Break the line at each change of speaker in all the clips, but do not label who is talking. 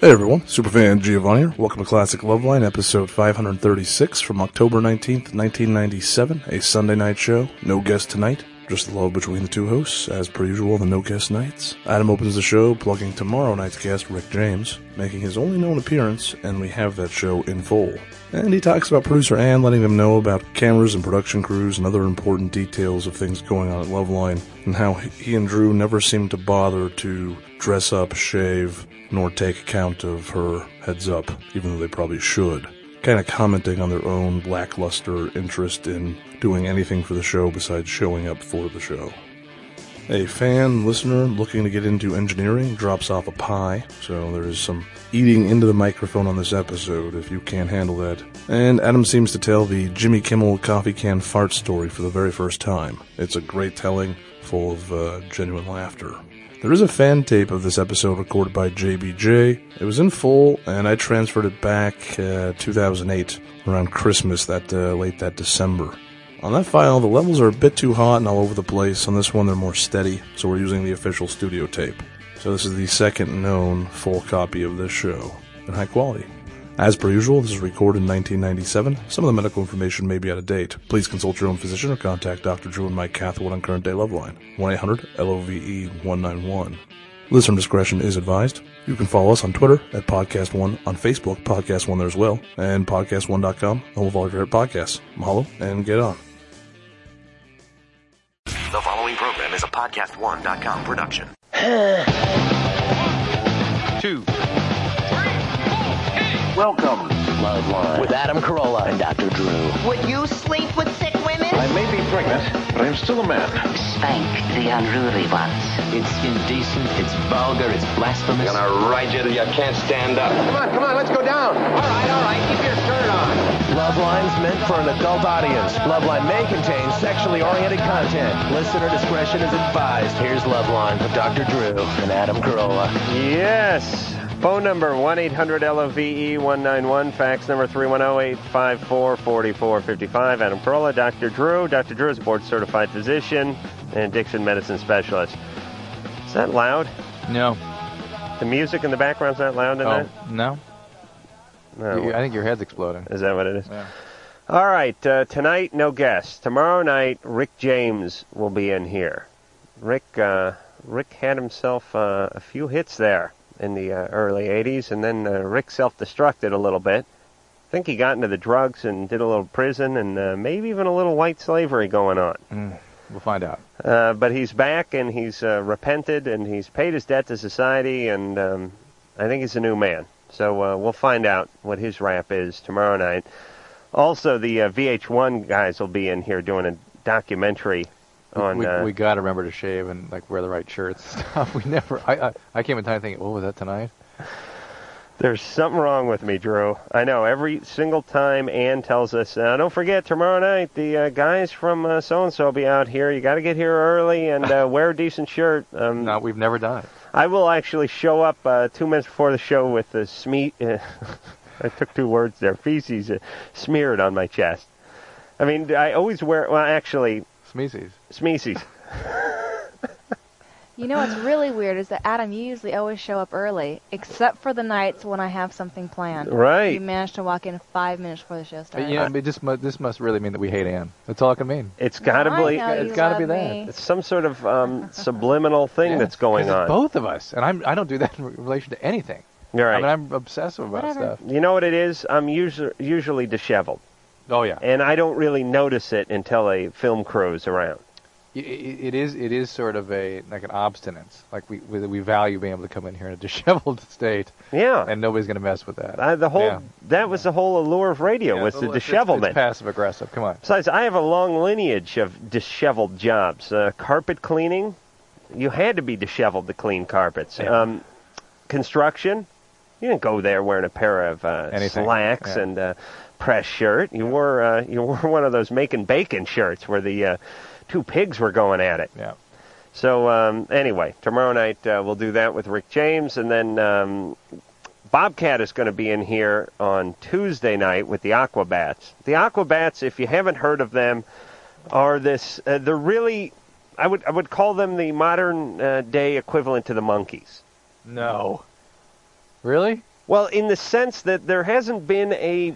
Hey everyone, Superfan Giovanni here. Welcome to Classic Loveline, episode 536 from October 19th, 1997, a Sunday night show. No guest tonight, just the love between the two hosts, as per usual on the No Guest Nights. Adam opens the show, plugging tomorrow night's guest, Rick James, making his only known appearance, and we have that show in full. And he talks about producer Ann letting them know about cameras and production crews and other important details of things going on at Loveline, and how he and Drew never seemed to bother to dress up, shave, nor take account of her heads up, even though they probably should. Kind of commenting on their own lackluster interest in doing anything for the show besides showing up for the show. A fan listener looking to get into engineering drops off a pie, so there is some eating into the microphone on this episode if you can't handle that. And Adam seems to tell the Jimmy Kimmel coffee can fart story for the very first time. It's a great telling, full of uh, genuine laughter. There is a fan tape of this episode recorded by JBJ. It was in full, and I transferred it back uh, 2008, around Christmas, that uh, late that December. On that file, the levels are a bit too hot and all over the place. On this one, they're more steady, so we're using the official studio tape. So this is the second known full copy of this show in high quality. As per usual, this is recorded in 1997. Some of the medical information may be out of date. Please consult your own physician or contact Dr. Drew and Mike Cathwood on Current Day Loveline, E 1-800-LOVE-191. Listener discretion is advised. You can follow us on Twitter at Podcast One, on Facebook, Podcast One there as well, and PodcastOne.com, home of all your favorite podcasts. Mahalo, and get on.
The following program is a podcast1.com production.
two.
Welcome, Loveline, with Adam Carolla and Dr. Drew.
Would you sleep with sick women?
I may be pregnant, but I'm still a man.
Spank the unruly ones.
It's indecent, it's vulgar, it's blasphemous.
gonna ride you till you can't stand up.
Come on, come on, let's go down. All right, all right, keep your shirt on. Loveline's meant for an adult audience. Loveline may contain sexually oriented content. Listener discretion is advised. Here's Loveline with Dr. Drew and Adam Carolla.
Yes. Phone number 1 800 LOVE 191. Fax number 310 854 4455. Adam Carolla, Dr. Drew. Dr. Drew is a board certified physician and addiction medicine specialist. Is that loud?
No.
The music in the background's not loud in
Oh,
that?
no? You- Oh. I think your head's exploding.
Oh, Is that what it is?
Yeah.
All right. Uh, tonight, no guests. Tomorrow night, Rick James will be in here. Rick, uh, Rick had himself uh, a few hits there in the uh, early '80s, and then uh, Rick self-destructed a little bit. I think he got into the drugs and did a little prison, and uh, maybe even a little white slavery going on.
Mm, We'll find out.
Uh, but he's back and he's uh, repented and he's paid his debt to society and um, I think he's a new man. So uh, we'll find out what his rap is tomorrow night. Also, the uh, VH1 guys will be in here doing a documentary on.
we
uh,
we got to remember to shave and like wear the right shirts and stuff. We never. I I, I came in time thinking, oh, was that tonight?
There's something wrong with me, Drew. I know every single time Ann tells us. Uh, don't forget tomorrow night. The uh, guys from uh, so and so will be out here. You got to get here early and uh, wear a decent shirt. Um,
No, we've never done it.
I will actually show up uh, two minutes before the show with the sme. Uh, I took two words there. Feces uh, smeared on my chest. I mean, I always wear. Well, actually,
Smeezies.
smeeces.
You know what's really weird is that Adam, you usually always show up early, except for the nights when I have something planned.
Right.
You managed to walk in five minutes before the show
Uh,
started.
you know, but this must this must really mean that we hate Ann. That's all it can mean.
It's got to
I
be.
know
it's
you
gotta
love
be that.
me.
It's some sort of um, subliminal thing
Yeah,
that's going
'cause it's
on.
Both of us, and I'm I don't do that in re- relation to anything.
You're right.
I mean, I'm obsessive about
Whatever.
stuff.
you know what it is? I'm usually usually disheveled,
Oh yeah.
and I don't really notice it until a film crew's around.
I- i it is it is sort of a like an obstinance. Like we we we value being able to come in here in a disheveled state,
Yeah.
and nobody's going to mess with that.
I, the whole
Yeah.
that was the whole allure of radio
Yeah,
was
it's-
the
it's- it's-
dishevelment.
It's passive aggressive. Come on.
Besides, I have a long lineage of disheveled jobs. Uh, carpet cleaning, you had to be disheveled to clean carpets.
Yeah.
Um, construction, you didn't go there wearing a pair of uh,
Anything,
slacks
yeah.
and a press shirt. You wore uh, you wore one of those making bacon shirts where the uh, two pigs were going at it.
Yeah.
So um, anyway, tomorrow night uh, we'll do that with Rick James, and then um, Bobcat is going to be in here on Tuesday night with the Aquabats. The Aquabats, if you haven't heard of them, are this uh, they're really I would I would call them the modern uh, day equivalent to the monkeys.
No. Really?
Well, in the sense that there hasn't been a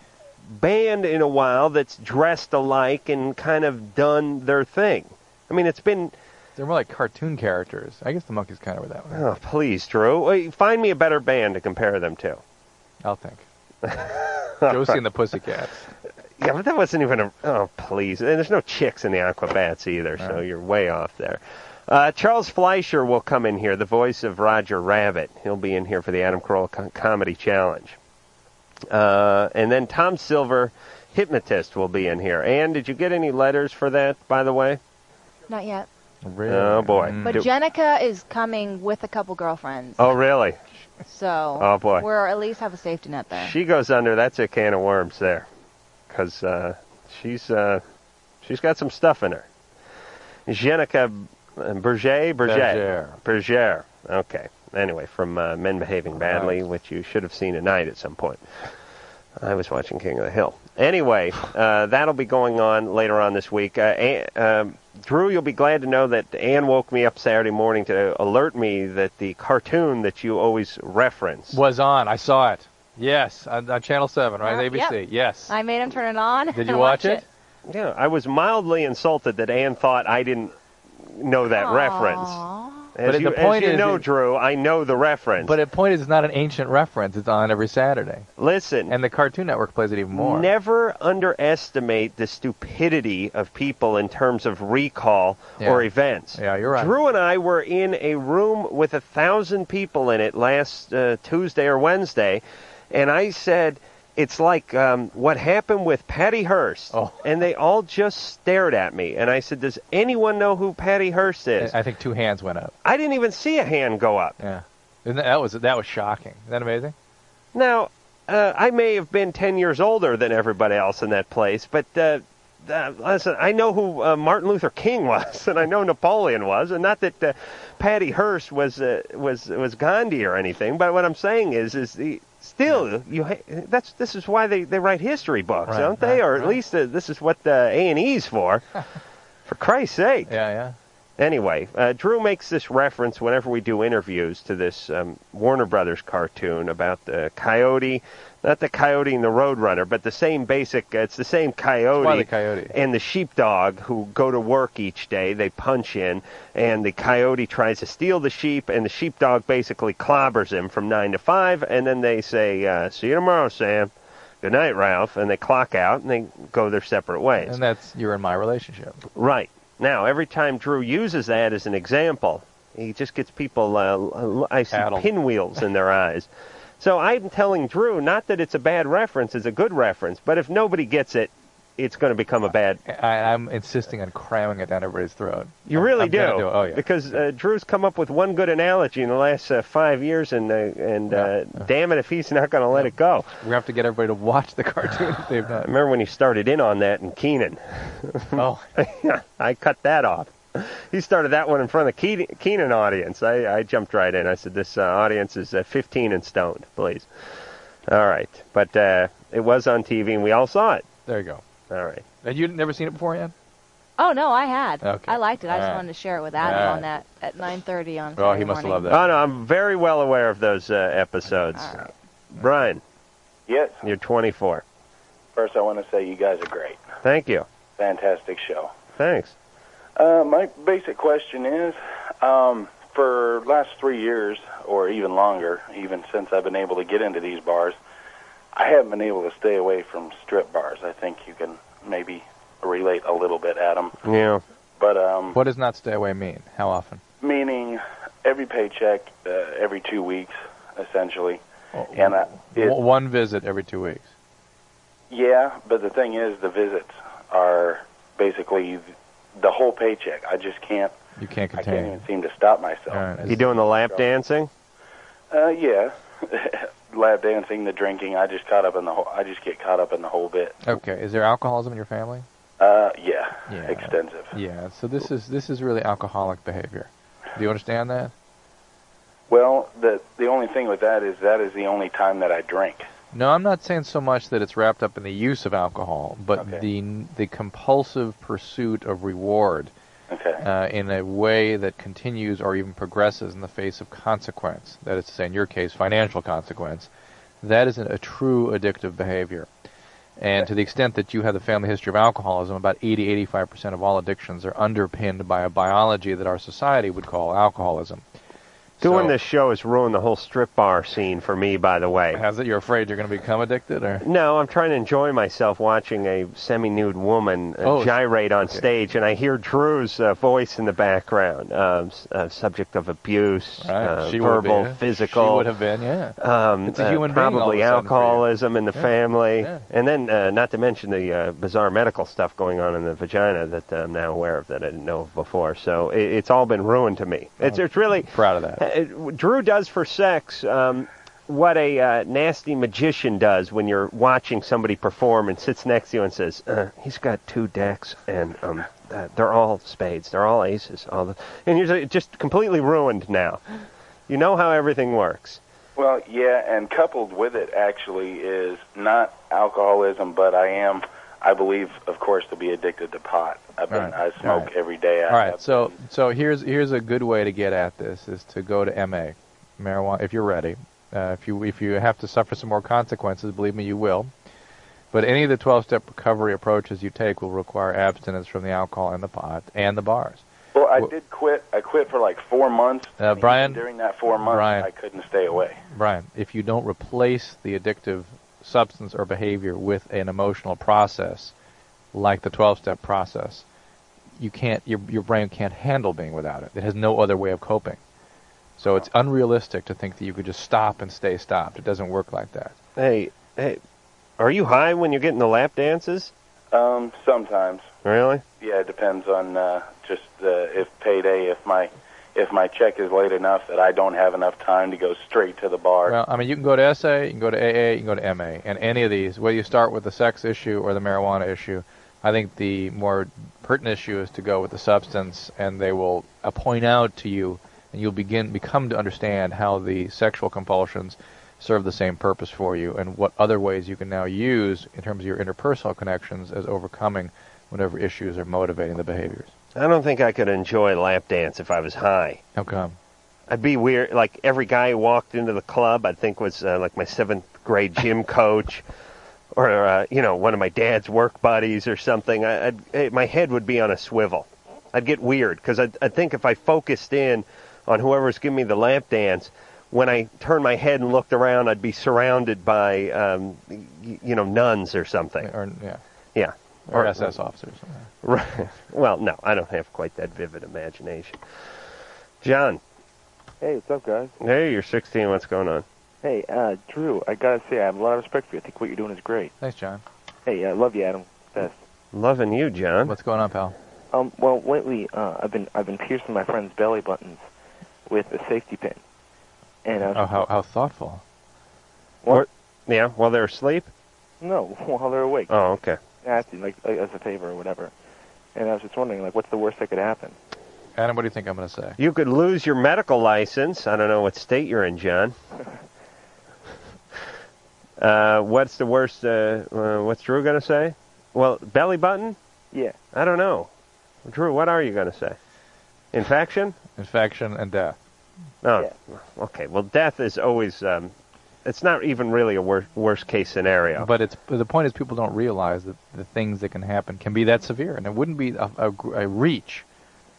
band in a while that's dressed alike and kind of done their thing. I mean, it's been.
They're more like cartoon characters. I guess the monkeys kind of were that way.
Oh, please, Drew. Wait, Find me a better band to compare them to.
I'll think. Josie and the Pussycats.
Yeah, but that wasn't even a. Oh, please. And there's no chicks in the Aquabats either, so you're way off there. Uh, Charles Fleischer will come in here, the voice of Roger Rabbit. He'll be in here for the Adam Carolla co- Comedy Challenge. Uh, and then Tom Silver, Hypnotist, will be in here. Anne, did you get any letters for that, by the way?
Not yet.
Really?
Oh, boy.
But
Do-
Jenica is coming with a couple girlfriends.
oh, really?
So
Oh, boy.
we're at least have a safety net there.
She goes under. That's a can of worms there, because uh, she's uh, she's got some stuff in her. Jenica uh, Berger, Berger,
Berger.
Berger. Okay. Anyway, from uh, Men Behaving Badly, which you should have seen tonight at some point. I was watching King of the Hill. Anyway, uh, that'll be going on later on this week. Uh, Ann, um, Drew, you'll be glad to know that Anne woke me up Saturday morning to alert me that the cartoon that you always reference
Was on. I saw it. Yes, on, on Channel 7, right?
Uh,
ABC.
yep.
Yes.
I made him turn it on.
Did
and
you watch it?
Yeah, I was mildly insulted that Anne thought I didn't know that reference.
Aw.
As
But
you,
the point
as you
is-
know, Drew, I know the reference.
But the point is, it's not an ancient reference. It's on every Saturday.
listen,
And the Cartoon Network plays it even more.
never underestimate the stupidity of people in terms of recall
Yeah.
or events.
Yeah, you're right.
Drew and I were in a room with a thousand people in it last uh, Tuesday or Wednesday, and I said, "It's like um, what happened with Patty Hearst,"
Oh.
and they all just stared at me. And I said, "Does anyone know who Patty Hearst is?"
I think two hands went up.
I didn't even see a hand go up.
Yeah. Isn't that, that was that was shocking. Isn't that amazing?
Now, uh, I may have been 10 years older than everybody else in that place, but uh, uh, listen, I know who uh, Martin Luther King was, and I know Napoleon was, and not that uh, Patty Hearst was uh, was was Gandhi or anything. But what I'm saying is, is the still you ha- that's this is why they, they write history books,
Right,
don't they?
right,
or at
right.
least uh, this is what uh, A and E's for. for Christ's sake.
Yeah, yeah.
Anyway, uh, Drew makes this reference whenever we do interviews to this um, Warner Brothers cartoon about the coyote, not the coyote and the roadrunner, but the same basic, uh, it's the same coyote,
Why the coyote?
and the sheepdog who go to work each day. They punch in, and the coyote tries to steal the sheep, and the sheepdog basically clobbers him from 9 to 5, and then they say, uh, See you tomorrow, Sam. Good night, Ralph. And they clock out and they go their separate ways.
And that's you're in my relationship.
Right. Now, every time Drew uses that as an example, he just gets people, uh, I see
Addled.
pinwheels in their eyes. So I'm telling Drew, not that it's a bad reference, it's a good reference, but if nobody gets it, it's going to become a bad.
I, I'm insisting on cramming it down everybody's throat.
You
I'm-
really
I'm
do.
gonna it. Oh yeah.
Because uh, Drew's come up with one good analogy in the last uh, five years, and, uh, and uh, damn it if he's not going to let it go.
we have to get everybody to watch the cartoon if they've
I
not.
remember when he started in on that in Keenan.
Oh,
I cut that off. He started that one in front of the Keen- Keenan audience. I, I jumped right in. I said, "This uh, audience is uh, 15 and stoned, please." All right, but uh, it was on TV and we all saw it.
there you go.
All right,
And you'd never seen it before, Ann?
Oh no, I had.
Okay.
I liked it. I just
Alright.
wanted to share it with Adam
Alright.
on that at 9:30 on.
Oh,
Saturday
he must have
morning.
loved that.
oh no, I'm very well aware of those uh, episodes.
All right.
Brian,
Yes.
you're 24.
First, I want to say you guys are great.
Thank you.
Fantastic show.
Thanks.
Uh, my basic question is, um, for last three years or even longer, even since I've been able to get into these bars, I haven't been able to stay away from strip bars. I think you can maybe relate a little bit, Adam.
Yeah.
But um,
What does not stay away mean? How often?
meaning every paycheck, uh, every two weeks, essentially, and I, it,
W- one visit every two weeks.
Yeah, but the thing is, the visits are basically the whole paycheck. I just can't.
You can't
I
contain.
can't
it.
even seem to stop myself.
All right, is-
You doing the lap dancing?
Uh, yeah, lab dancing, the drinking. I just caught up in the whole. I just get caught up in the whole bit.
Okay. Is there alcoholism in your family?
Uh, yeah,
Yeah.
extensive.
Yeah. So this is this is really alcoholic behavior. Do you understand that?
Well, the the only thing with that is that is the only time that I drink.
No, I'm not saying so much that it's wrapped up in the use of alcohol, but
Okay.
the the compulsive pursuit of reward
Okay.
uh, in a way that continues or even progresses in the face of consequence, that is to say, in your case, financial consequence, that isn't a true addictive behavior. And to the extent that you have the family history of alcoholism, about 80 85% of all addictions are underpinned by a biology that our society would call alcoholism.
Doing this show has ruined the whole strip bar scene for me, by the way.
Has it? You're afraid you're going to become addicted, or
No, I'm trying to enjoy myself watching a semi-nude woman uh,
Oh,
gyrate on stage, and I hear Drew's uh, voice in the background, uh, s- uh, subject of abuse,
Right,
uh,
she would be,
verbal,
yeah.
physical.
She would have been, yeah.
Um,
It's a
uh,
human being all of a
probably
sudden for you.
alcoholism in the
Yeah,
family,
yeah.
and then uh, not to mention the uh, bizarre medical stuff going on in the vagina that I'm now aware of that I didn't know of before. So it, it's all been ruined to me. It's it's really
Oh,
Uh,
proud of that.
it- Drew does for sex um, what a uh, nasty magician does when you're watching somebody perform and sits next to you and says, uh, "He's got two decks and um, uh, they're all spades, they're all aces, all the," and you're ju- just completely ruined now. You know how everything works.
Well, yeah, and coupled with it actually is not alcoholism, but I am, I believe, of course, to be addicted to pot. I've been,
Right,
I smoke
right.
every day. I
All right,
have-
so so here's here's a good way to get at this is to go to MA, marijuana. If you're ready, uh, if you if you have to suffer some more consequences, believe me, you will. But any of the 12-step recovery approaches you take will require abstinence from the alcohol and the pot and the bars.
Well, I did quit. I quit for like four months.
Uh,
and even
Brian?
during that four months,
Brian.
I couldn't stay away.
Brian, if you don't replace the addictive substance or behavior with an emotional process, like the 12-step process, you can't. Your your brain can't handle being without it. It has no other way of coping. So it's unrealistic to think that you could just stop and stay stopped. It doesn't work like that.
Hey, hey, are you high when you're getting the lap dances?
Um, sometimes,
Really?
yeah, it depends on uh, just uh, if payday, if my if my check is late enough that I don't have enough time to go straight to the bar.
Well, I mean, you can go to SA, you can go to AA, you can go to MA, and any of these, whether you start with the sex issue or the marijuana issue, I think the more pertinent issue is to go with the substance, and they will uh, point out to you, and you'll begin become to understand how the sexual compulsions serve the same purpose for you, and what other ways you can now use in terms of your interpersonal connections as overcoming whatever issues are motivating the behaviors.
I don't think I could enjoy lap dance if I was high.
How come?
Um, I'd be weird. Like every guy who walked into the club, I think was uh, like my seventh grade gym coach, or uh, you know, one of my dad's work buddies or something. I, I'd, eh, my head would be on a swivel. I'd get weird because I I think if I focused in on whoever's giving me the lap dance, when I turned my head and looked around, I'd be surrounded by um, y- you know nuns or something.
Or yeah,
yeah,
Or SS officers.
Right. Well, no, I don't have quite that vivid imagination. John,
Hey, what's up, guys?
hey, you're 16. What's going on?
Hey, uh, Drew, I gotta say, I have a lot of respect for you. I think what you're doing is great.
Thanks, John.
Hey, I love you, Adam. Best.
Loving you, John.
What's going on, pal?
Um, well, lately, uh, I've been I've been piercing my friend's belly buttons with a safety pin, and uh,
Oh, how how thoughtful.
What? Yeah, while they're asleep.
no, while they're awake,
Oh, okay.
nasty, like uh, as a favor or whatever. And I was just wondering, like, what's the worst that could happen?
Adam, what do you think I'm going to say?
You could lose your medical license. I don't know what state you're in, John. Uh, what's the worst? Uh, uh, what's Drew gonna say? Well, belly button.
Yeah.
I don't know. Drew, what are you gonna say? Infection.
Infection and death.
Oh, okay. Well, death is always. Um, it's not even really a wor- worst case scenario.
But it's but the point is people don't realize that the things that can happen can be that severe, and it wouldn't be a, a, gr- a reach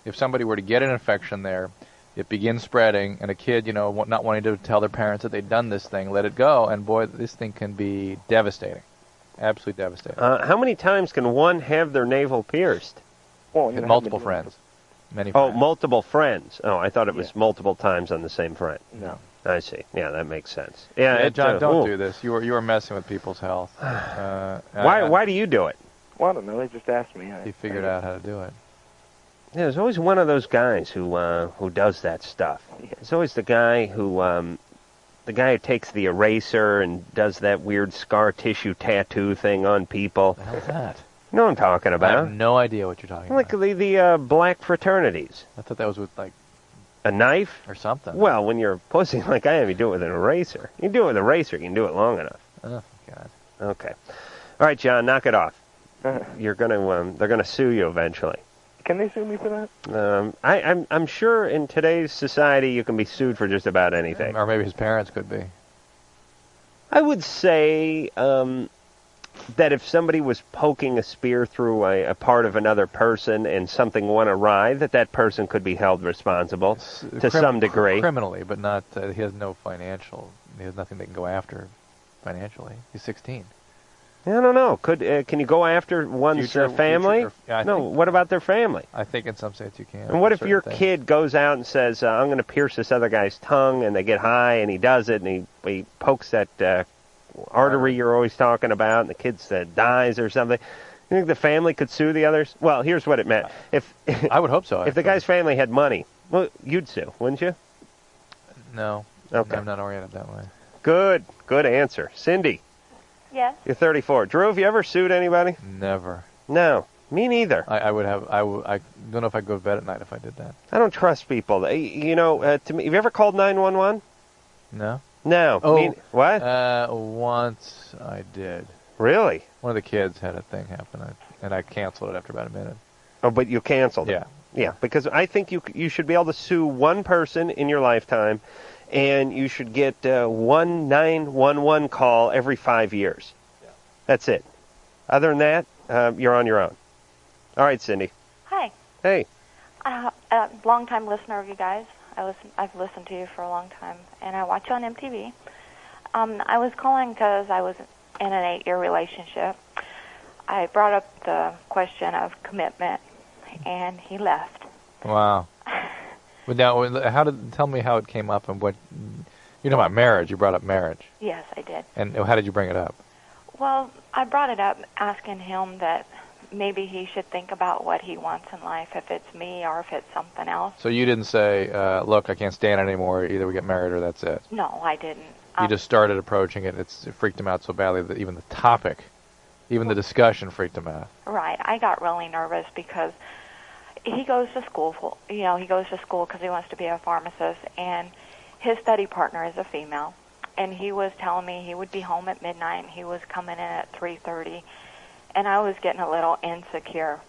if somebody were to get an infection there. It begins spreading, and a kid, you know, wa- not wanting to tell their parents that they'd done this thing, let it go, and boy, this thing can be devastating, absolutely devastating.
uh, how many times can one have their navel pierced?
Well,
Had multiple friends, many.
Oh,
friends.
multiple friends. Oh, I thought it was multiple times on the same friend.
No.
I see. Yeah, that makes sense. Yeah, it,
John,
uh,
don't
ooh.
do this. You are you are messing with people's health. Uh,
Why?
I- I-
why do you do it?
Well, I don't know. They just asked me. I,
You figured out how to do it.
Yeah, there's always one of those guys who uh, who does that stuff. It's always the guy who um, the guy who takes the eraser and does that weird scar tissue tattoo thing on people.
How's that?
You know what I'm talking
I
about?
have no idea what you're talking about.
Like the the uh, black fraternities.
I thought that was with like
A knife
or something.
Well, when you're a pussy like I am, you do it with an eraser. You do it with an eraser. You can do it long enough.
Oh, God.
Okay. All right, John, knock it off. You're gonna um, they're gonna sue you eventually.
Uh-huh. Can they sue me for that?
Um, I, I'm I'm sure in today's society you can be sued for just about anything.
Or maybe his parents could be.
I would say um, that if somebody was poking a spear through a, a part of another person and something went awry, that that person could be held responsible to
Crim-
some degree.
Criminally, but not. Uh, he has no financial. He has nothing they can go after financially. He's 16.
I don't know. Could uh, can you go after one's
Future-
uh, family?
future- yeah, I
no.
think-
What about their family?
I think in some states you can.
And what
for
if
certain
your
things.
kid goes out and says, uh, "I'm going to pierce this other guy's tongue," and they get high, and he does it, and he he pokes that uh, artery you're always talking about, and the kid uh, dies or something? You think the family could sue the others? Well, here's what it meant. If
I would hope so.
If the guy's family had money, well, you'd sue, wouldn't you?
No.
Okay.
I'm not oriented that way.
Good, good answer, Cindy.
Yes.
You're 34. Drew, have you ever sued anybody?
Never.
No, me neither.
I, I would have. I, w- I don't know if I'd go to bed at night if I did that.
I don't trust people. They- You know, uh, to me, have you ever called 911?
No.
No.
Oh,
Me- what?
Uh, once I did.
Really?
One of the kids had a thing happen, I- and I canceled it after about a minute.
Oh, but you canceled it.
Yeah.
Yeah, because I think you you should be able to sue one person in your lifetime, and you should get uh, one nine one one call every five years. That's it. Other than that, uh, you're on your own. All right, Cindy.
Hi.
Hey.
Uh, a long time listener of you guys. I listen, I've listened to you for a long time, and I watch you on MTV. Um, I was calling because I was in an eight year relationship. I brought up the question of commitment, and he left.
Wow. but now, how did? Tell me how it came up and what. You know about marriage. You brought up marriage,
Yes, I did.
and how did you bring it up?
Well, I brought it up asking him that maybe he should think about what he wants in life, if it's me or if it's something else.
So you didn't say, uh, "Look, I can't stand it anymore. Either we get married or that's it."
No, I didn't.
you just started approaching it. It's, it freaked him out so badly that even the topic, even the discussion, freaked him out.
Right. I got really nervous because he goes to school for, you know, he goes to school because he wants to be a pharmacist and his study partner is a female and he was telling me he would be home at midnight and he was coming in at 3:30 and I was getting a little insecure.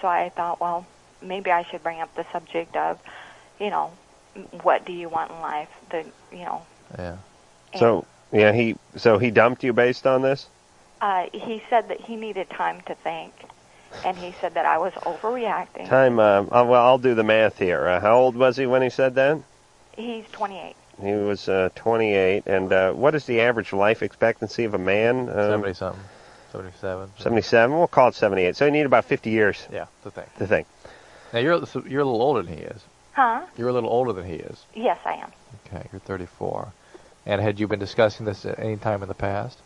So I thought, well, maybe I should bring up the subject of, you know, what do you want in life? The, you know,
Yeah.
So yeah, he so he dumped you based on this.
uh he said that he needed time to think and he said that I was overreacting.
Time. Uh, uh, well, I'll do the math here. Uh, how old was he when he said that?
He's 28.
He was uh, 28, and uh, what is the average life expectancy of a man? Um,
70 something, 77.
77. We'll call it 78. So he needed about 50 years.
Yeah, the thing.
The thing.
Now you're so you're a little older than he is.
Huh?
You're a little older than he is.
Yes, I am.
Okay, you're 34. And had you been discussing this at any time in the past?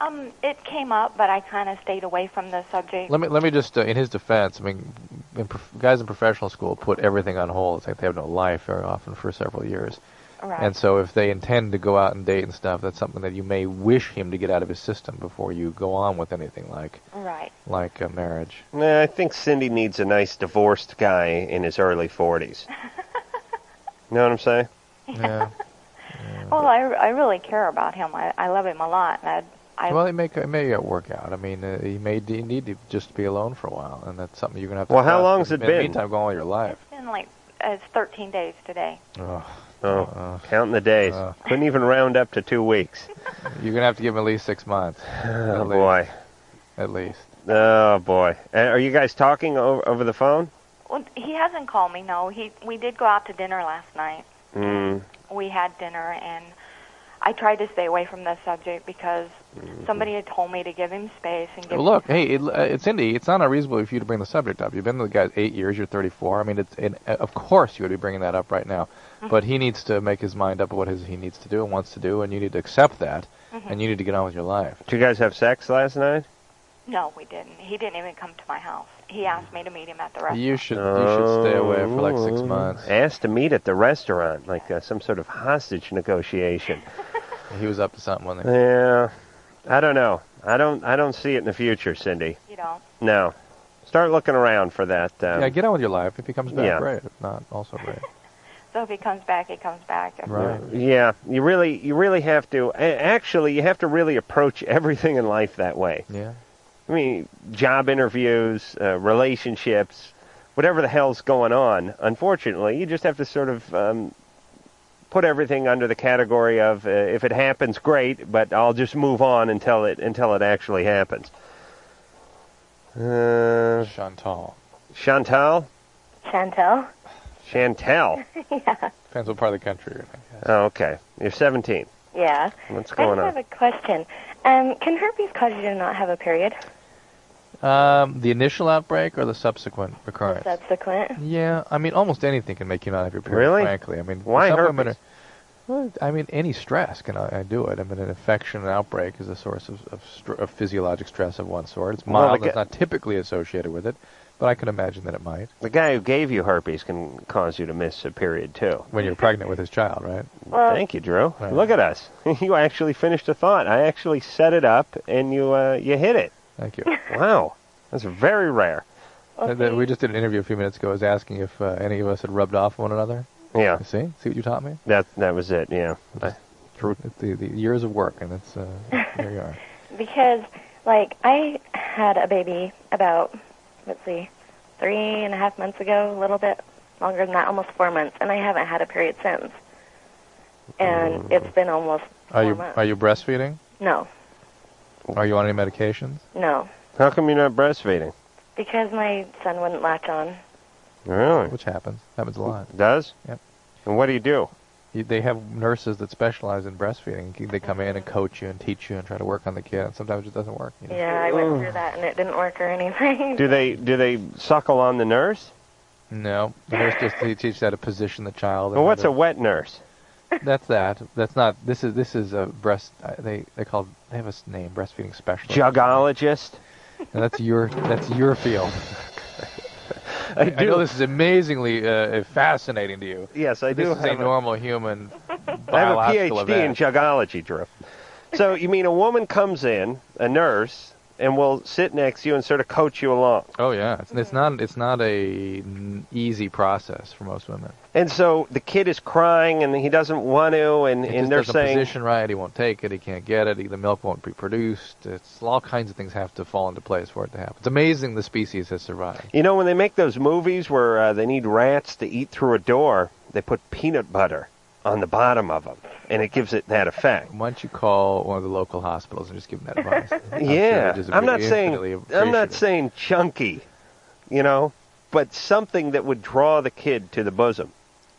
Um, it came up, but I kind of stayed away from the subject.
Let me let me just uh, in his defense. I mean, in prof- guys in professional school put everything on hold. It's like they have no life very often for several years.
Right.
And so if they intend to go out and date and stuff, that's something that you may wish him to get out of his system before you go on with anything like
Right.
like a marriage.
Nah, I think Cindy needs a nice divorced guy in his early 40s. you know what I'm saying?
Yeah.
Well, I, I really care about him. I, I love him a lot, and I, I
well, it may it may uh, work out. I mean, uh, you may d- need to just be alone for a while, and that's something you're gonna have to.
Well, how
cross.
long's it
in
been?
the meantime, go all your life.
it's been like uh, it's 13 days today.
Ugh.
Oh,
Uh,
counting the days. Couldn't even round up to two weeks.
You're gonna have to give him at least six months.
Oh,
at least,
boy.
At least.
Oh, boy. Uh, Are you guys talking over, over the phone?
Well, he hasn't called me. No, he we did go out to dinner last night.
Mm.
We had dinner, and I tried to stay away from the subject because somebody had told me to give him space and give.
Mm-hmm. Well, look, hey, it, uh, it's Cindy. It's not unreasonable for you to bring the subject up. You've been with the guy eight years. You're 34. I mean, it's and, uh, of course you would be bringing that up right now. But he needs to make his mind up what his, he needs to do and wants to do, and you need to accept that, and you need to get on with your life.
Did you guys have sex last night?
No, we didn't. He didn't even come to my house. He asked me to meet him at the restaurant.
You should you should stay away for like six
Oh.
months.
Asked to meet at the restaurant, like uh, some sort of hostage negotiation.
He was up to something. Wasn't he?
Yeah, I don't know. I don't. I don't see it in the future, Cindy.
You don't.
No, start looking around for that. Um,
Yeah, get on with your life. If he comes back,
Yeah.
great. If not, also great.
So if he comes back, he comes back. If-
Right.
Yeah, you really, you really have to. a- Actually, you have to really approach everything in life that way.
Yeah.
I mean, job interviews, uh, relationships, whatever the hell's going on. Unfortunately, you just have to sort of um, put everything under the category of uh, if it happens, great, but I'll just move on until it until it actually happens. Uh,
Chantal.
Chantal.
Chantel?
Chantel.
yeah.
Depends what part of the country you're in.
Oh, okay, you're 17.
Yeah.
What's going
I
on?
just have a question. Um, can herpes cause you to not have a period?
Um, the initial outbreak or the subsequent recurrence?
Subsequent?
Yeah, I mean, almost anything can make you not have your period.
Really?
Frankly, I mean,
Why
some
herpes?
women are. Well, I mean, any stress can uh, do it. I mean, an infection, an outbreak is a source of, of, str- of physiologic stress of one sort. It's
Well,
mild.
the
it's
ga-
not typically associated with it, but I can imagine that it might
The guy who gave you herpes can cause you to miss a period too.
when you're pregnant with his child, right?
Well-
Thank you, Drew. Look at us. you actually finished a thought. I actually set it up, and you uh, you hit it.
Thank you.
Wow, that's very rare.
Uh, that- We just did an interview a few minutes ago. I was asking if uh, any of us had rubbed off one another.
Yeah.
You see, see what you taught me.
That that was it. Yeah. I-
The, the years of work, and it's uh, there you are.
Because, like, I had a baby about, let's see, three and a half months ago, a little bit longer than that, almost four months, and I haven't had a period since. And
Mm.
it's been almost
Are
four
you
months.
are you breastfeeding?
No,
Are you on any medications?
no.
How come you're not breastfeeding?
Because my son wouldn't latch on.
Really?
Which happens. Happens a lot.
Does?
Yep.
And what do you do?
You, they have nurses that specialize in breastfeeding. They come in and coach you and teach you and try to work on the kid. And sometimes it doesn't work. You know?
Yeah, I went through that and it didn't work or anything.
Do they do they suckle on the nurse?
No, the nurse just they teach you how to position the child.
Well, what's a
and how
wet nurse?
to- That's that. That's not. This is this is a breast. uh, They they call they have a s- name breastfeeding specialist.
Jugologist.
And that's your that's your field.
I
I know
do-
this is amazingly uh, fascinating to you.
Yes, I
this
do
is a
have a-
normal human
I have a
biological
PhD
event.
in jugology, Drew. So you mean a woman comes in, a nurse, and will sit next to you and sort of coach you along.
Oh yeah, it's, it's not it's not a n- easy process for most women.
And so the kid is crying and he doesn't want to, and,
It
and
just
they're
doesn't
saying,
position right, he won't take it, he can't get it, he, the milk won't be produced. It's all kinds of things have to fall into place for it to happen. It's amazing the species has survived.
you know, when they make those movies where uh, they need rats to eat through a door, they put peanut butter on the bottom of them, and it gives it that effect.
Why don't you call one of the local hospitals and just give them that advice? I'm sure
yeah,
it is
I'm not
infinitely
saying I'm not
appreciated.
saying chunky, you know, but something that would draw the kid to the bosom.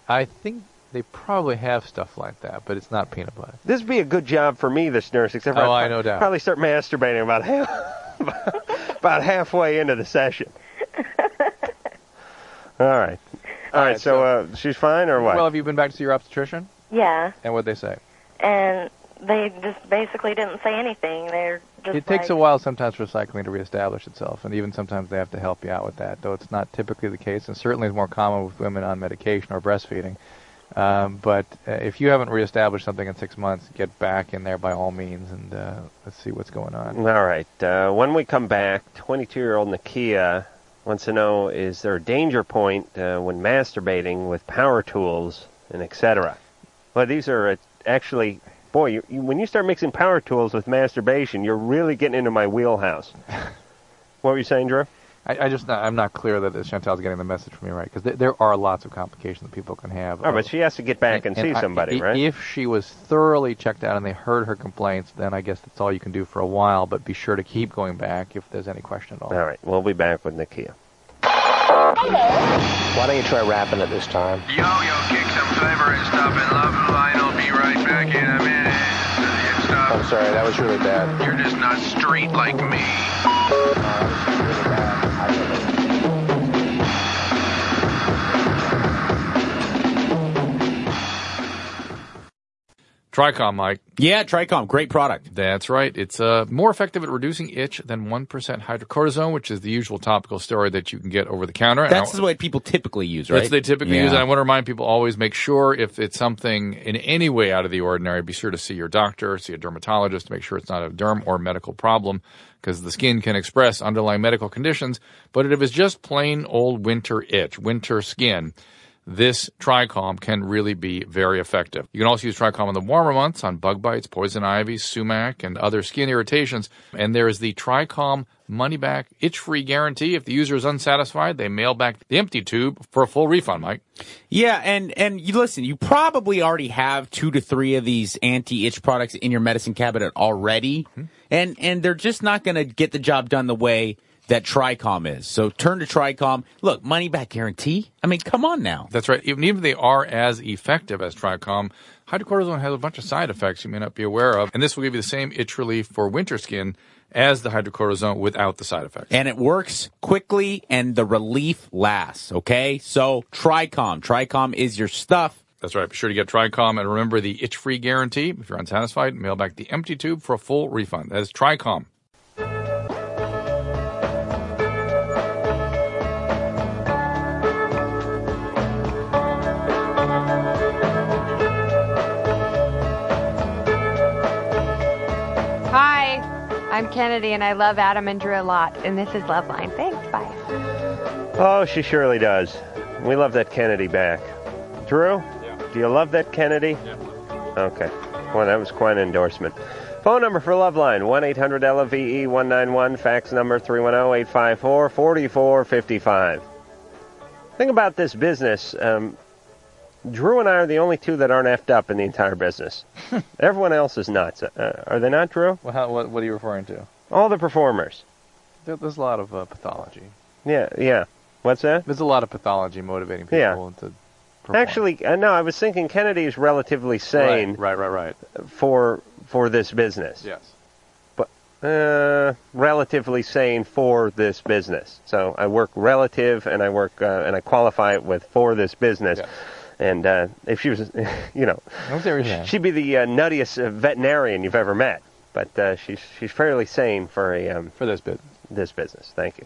I think they probably have stuff like that, but it's not peanut butter.
This would be a good job for me, this nurse, except for
Oh,
I'd
I no doubt.
probably start masturbating about half, about halfway into the session. All right. All right, so uh, she's fine or what?
Well, have you been back to your obstetrician?
Yeah,
And what they say?
and they just basically didn't say anything. They're just
it takes
like,
a while sometimes for cycling to reestablish itself, and even sometimes they have to help you out with that, though it's not typically the case, and certainly is more common with women on medication or breastfeeding. Um, but uh, if you haven't reestablished something in six months, get back in there by all means, and uh, let's see what's going on.
All right. Uh, when we come back, 22-year-old Nakia wants to know: Is there a danger point uh, when masturbating with power tools and etc.? Well, these are uh, actually, boy, you, you, when you start mixing power tools with masturbation, you're really getting into my wheelhouse. what were you saying, Drew?
I, I just not, I'm not clear that Chantal's getting the message from me right, because th- there are lots of complications that people can have.
Oh, but she has to get back and, see
I-
somebody,
i-
right?
If she was thoroughly checked out and they heard her complaints, then I guess that's all you can do for a while. But be sure to keep going back if there's any question at all.
All right, we'll be back with Nakia.
Why don't you try rapping at this time?
Yo, yo, kick some flavor and stop in love and line. I'll be right back in a minute.
I'm sorry, that was really bad.
You're just not straight like me.
Tricom, Mike.
Yeah, Tricom, great product.
That's right. It's uh, more effective at reducing itch than 1% hydrocortisone, which is the usual topical steroid that you can get over the counter. And I-
That's what people typically use, right?
That's what they typically
Yeah.
use. And I want to remind people always make sure if it's something in any way out of the ordinary, be sure to see your doctor, see a dermatologist, to make sure it's not a derm or medical problem because the skin can express underlying medical conditions. But if it's just plain old winter itch, winter skin,
this Tricom can really be very effective. You can also use Tricom in the warmer months on bug bites, poison ivy, sumac, and other skin irritations. And there is the Tricom money back itch free guarantee. If the user is unsatisfied, they mail back the empty tube for a full refund, Mike.
Yeah, and and you listen, you probably already have two to three of these anti-itch products in your medicine cabinet already.
Mm-hmm.
And and they're just not going to get the job done the way that Tricom is. So turn to Tricom. Look, money back guarantee. I mean, come on now.
That's right. Even even if they are as effective as Tricom, hydrocortisone has a bunch of side effects you may not be aware of, and this will give you the same itch relief for winter skin as the hydrocortisone without the side effects.
And it works quickly and the relief lasts, okay? So Tricom, Tricom is your stuff.
That's right. Be sure to get Tricom and remember the itch free guarantee. If you're unsatisfied, mail back the empty tube for a full refund. That is Tricom.
Hi, I'm Kennedy, and I love Adam and Drew a lot. And this is Loveline. Thanks. Bye.
Oh, she surely does. We love that Kennedy back. Drew, do you love that Kennedy? Okay. Well, that was quite an endorsement. Phone number for Loveline, E 1-800-LOVE-191, fax number 310-854-4455. Think about this business. Um, Drew and I are the only two that aren't effed up in the entire business. Everyone else is nuts. Uh, are they not, Drew?
Well, how, what, what are you referring to?
All the performers.
There, there's a lot of uh, pathology.
Yeah, yeah. What's that?
There's a lot of pathology motivating people
Yeah.
to
Actually, uh, no, I was thinking Kennedy is relatively sane.
Right, right, right.
For for this business.
Yes.
But uh, relatively sane for this business. So I work relative, and I work uh, and I qualify it with for this business. And uh, if she was, you know,
Don't say everything.
she'd be the uh, nuttiest uh, veterinarian you've ever met. But uh, she's she's fairly sane for a um,
for this business.
This business. Thank you.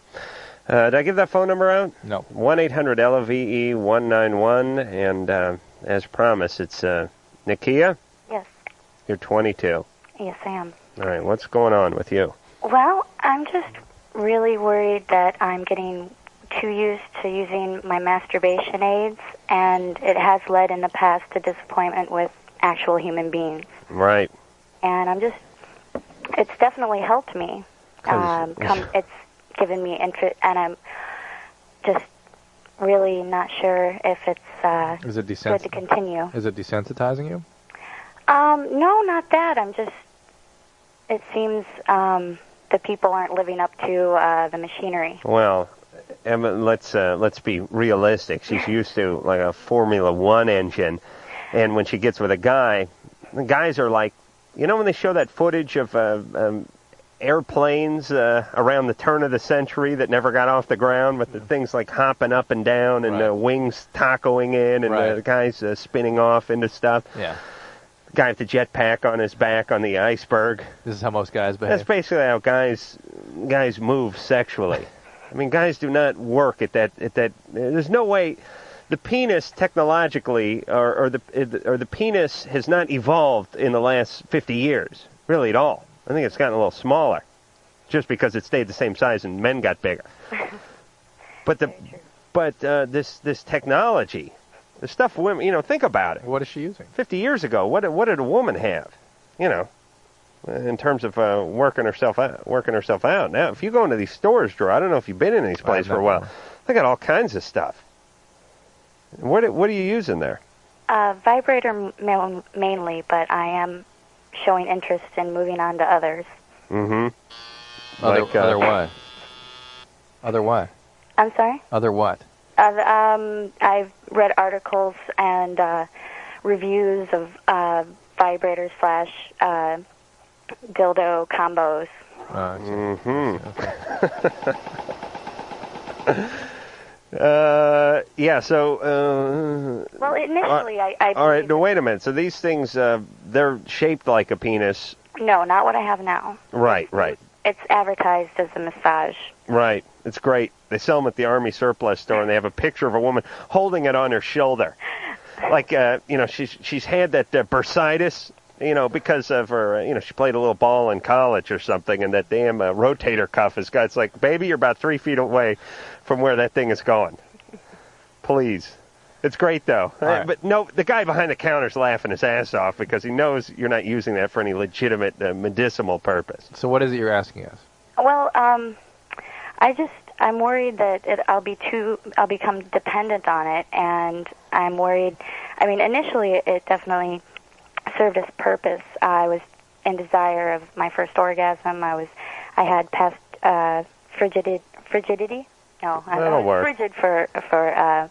Uh, did I give that phone number out?
No.
One eight hundred L O V E one nine one. And uh, as promised, it's uh, Nikia.
Yes.
You're 22.
Yes, I am.
All right. What's going on with you?
Well, I'm just really worried that I'm getting too used to using my masturbation aids, and it has led in the past to disappointment with actual human beings.
Right.
And I'm just, it's definitely helped me. Um, come, it's given me interest, and I'm just really not sure if it's uh,
Is it
good to
desensitizing?
continue.
Is it desensitizing you?
Um, no, not that. I'm just. It seems um, the people aren't living up to uh, the machinery.
Well, Emma, let's uh, let's be realistic. She's used to like a Formula One engine, and when she gets with a guy, the guys are like, you know, when they show that footage of uh, um, airplanes uh, around the turn of the century that never got off the ground, with the things like hopping up and down and the wings tacoing in, and
Right.
the guys uh, spinning off into stuff.
Yeah.
The guy with the jetpack on his back on the iceberg.
This is how most guys behave.
That's basically how guys guys move sexually. I mean, guys do not work at that at that. There's no way the penis technologically or, or the or the penis has not evolved in the last 50 years, really at all. I think it's gotten a little smaller, just because it stayed the same size and men got bigger. But the but uh, this this technology, the stuff women, you know, think about it.
What is she using?
Fifty years ago, what did- what did a woman have? You know, in terms of uh, working herself out, working herself out. Now, if you go into these stores, Drew, I don't know if you've been in these places for a while. They got all kinds of stuff. What do- what are you using there?
Uh, vibrator m- ma- mainly, but I am showing interest in moving on to others.
Mm-hmm.
Other,
Like, uh,
other what? Other what?
I'm sorry.
Other what?
Other, um, I've read articles and uh, reviews of uh, vibrator slash uh, dildo combos.
Ah,
Mm-hmm. hmm uh, yeah. So. Uh,
Well, initially, I, I
all right. No, wait a minute. So these things, uh, they're shaped like a penis.
no, not what I have now.
Right. Right.
It's advertised as a massage.
Right. It's great. They sell them at the Army surplus store, and they have a picture of a woman holding it on her shoulder, like uh, you know she's she's had that uh, bursitis, you know, because of her, uh, you know, she played a little ball in college or something, and that damn uh, rotator cuff has got. It's like, baby, you're about three feet away from where that thing is going. Please, It's great though. Uh,
All right.
But no, the guy behind the counter's laughing his ass off because he knows you're not using that for any legitimate uh, medicinal purpose.
So what is it you're asking us?
Well, um, I just I'm worried that it, I'll be too I'll become dependent on it, and I'm worried. I mean, initially it definitely served its purpose. I was in desire of my first orgasm. I was I had past uh, frigidity frigidity. No, I- I
That'll
was
work.
frigid for for uh,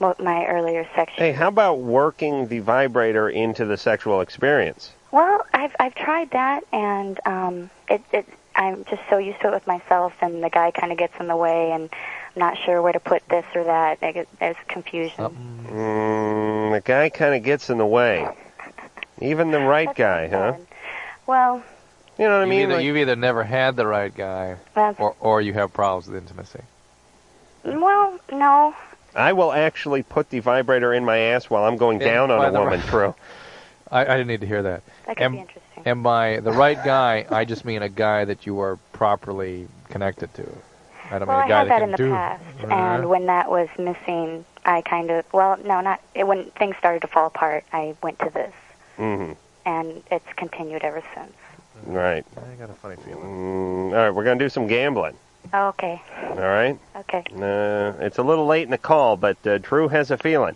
mo- my earlier section.
Hey, how about working the vibrator into the sexual experience?
Well, I've I've tried that, and um, it it I'm just so used to it with myself, and the guy kind of gets in the way, and I'm not sure where to put this or that. I get, there's confusion.
Oh.
Mm, the guy kind of gets in the way. Even the right guy, huh?
Well,
You know what I mean?
Either,
Like-
you've either never had the right guy,
That's-
or or you have problems with intimacy.
well, no.
I will actually put the vibrator in my ass while I'm going
And
down
by
on
the
a woman.
right-
True.
I, I didn't need to hear that.
That
could
and,
be
interesting.
And by the right guy, I just mean a guy that you are properly connected to. I don't
well,
mean
I
a guy that
had that
can
in the
do.
past,
Yeah.
and when that was missing, I kind of well, no, not it, when things started to fall apart. I went to this,
hmm
and it's continued ever since.
Mm-hmm. Right.
I got a funny feeling.
Mm, all right, we're going to do some gambling.
Okay,
All right?
okay.
Uh, it's a little late in the call, but uh, Drew has a feeling.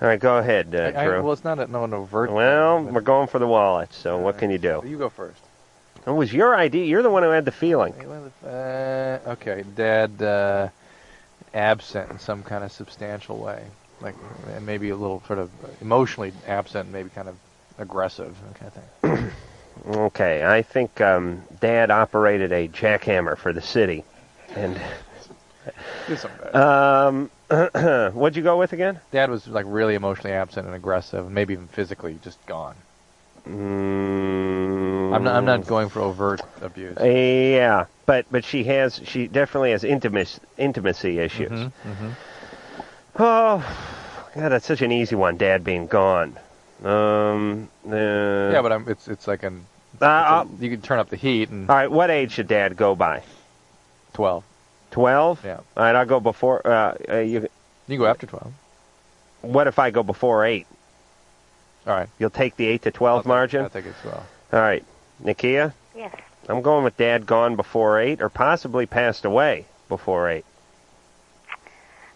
All right, go ahead, uh,
I- I-
Drew.
well, it's not a, no an overt.
Well, we're going for the wallet, so what can you do?
You go first.
It was your idea. You're the one who had the feeling.
Uh, okay, dad uh, absent in some kind of substantial way, like and maybe a little sort of emotionally absent, maybe kind of aggressive, that kind of thing.
Okay, I think um, Dad operated a jackhammer for the city, and
Do something.
um, what'd you go with again?
Dad was like really emotionally absent and aggressive, and maybe even physically just gone.
Mm,
I'm not. I'm not going for overt abuse.
Yeah, but but she has. She definitely has intimacy intimacy issues.
Mm-hmm,
Oh, God, that's such an easy one. Dad being gone. Um. Uh,
Yeah, but I'm, it's it's like an.
Uh, uh,
you can turn up the heat and
all right. What age should Dad go by?
twelve.
Twelve.
Yeah.
All right. I'll go before. Uh, uh, you.
You go after twelve.
What if I go before eight?
All right.
You'll take the eight to 12 margin.
I think it's twelve.
All right, Nikia.
Yes.
I'm going with Dad gone before eight, or possibly passed away before eight.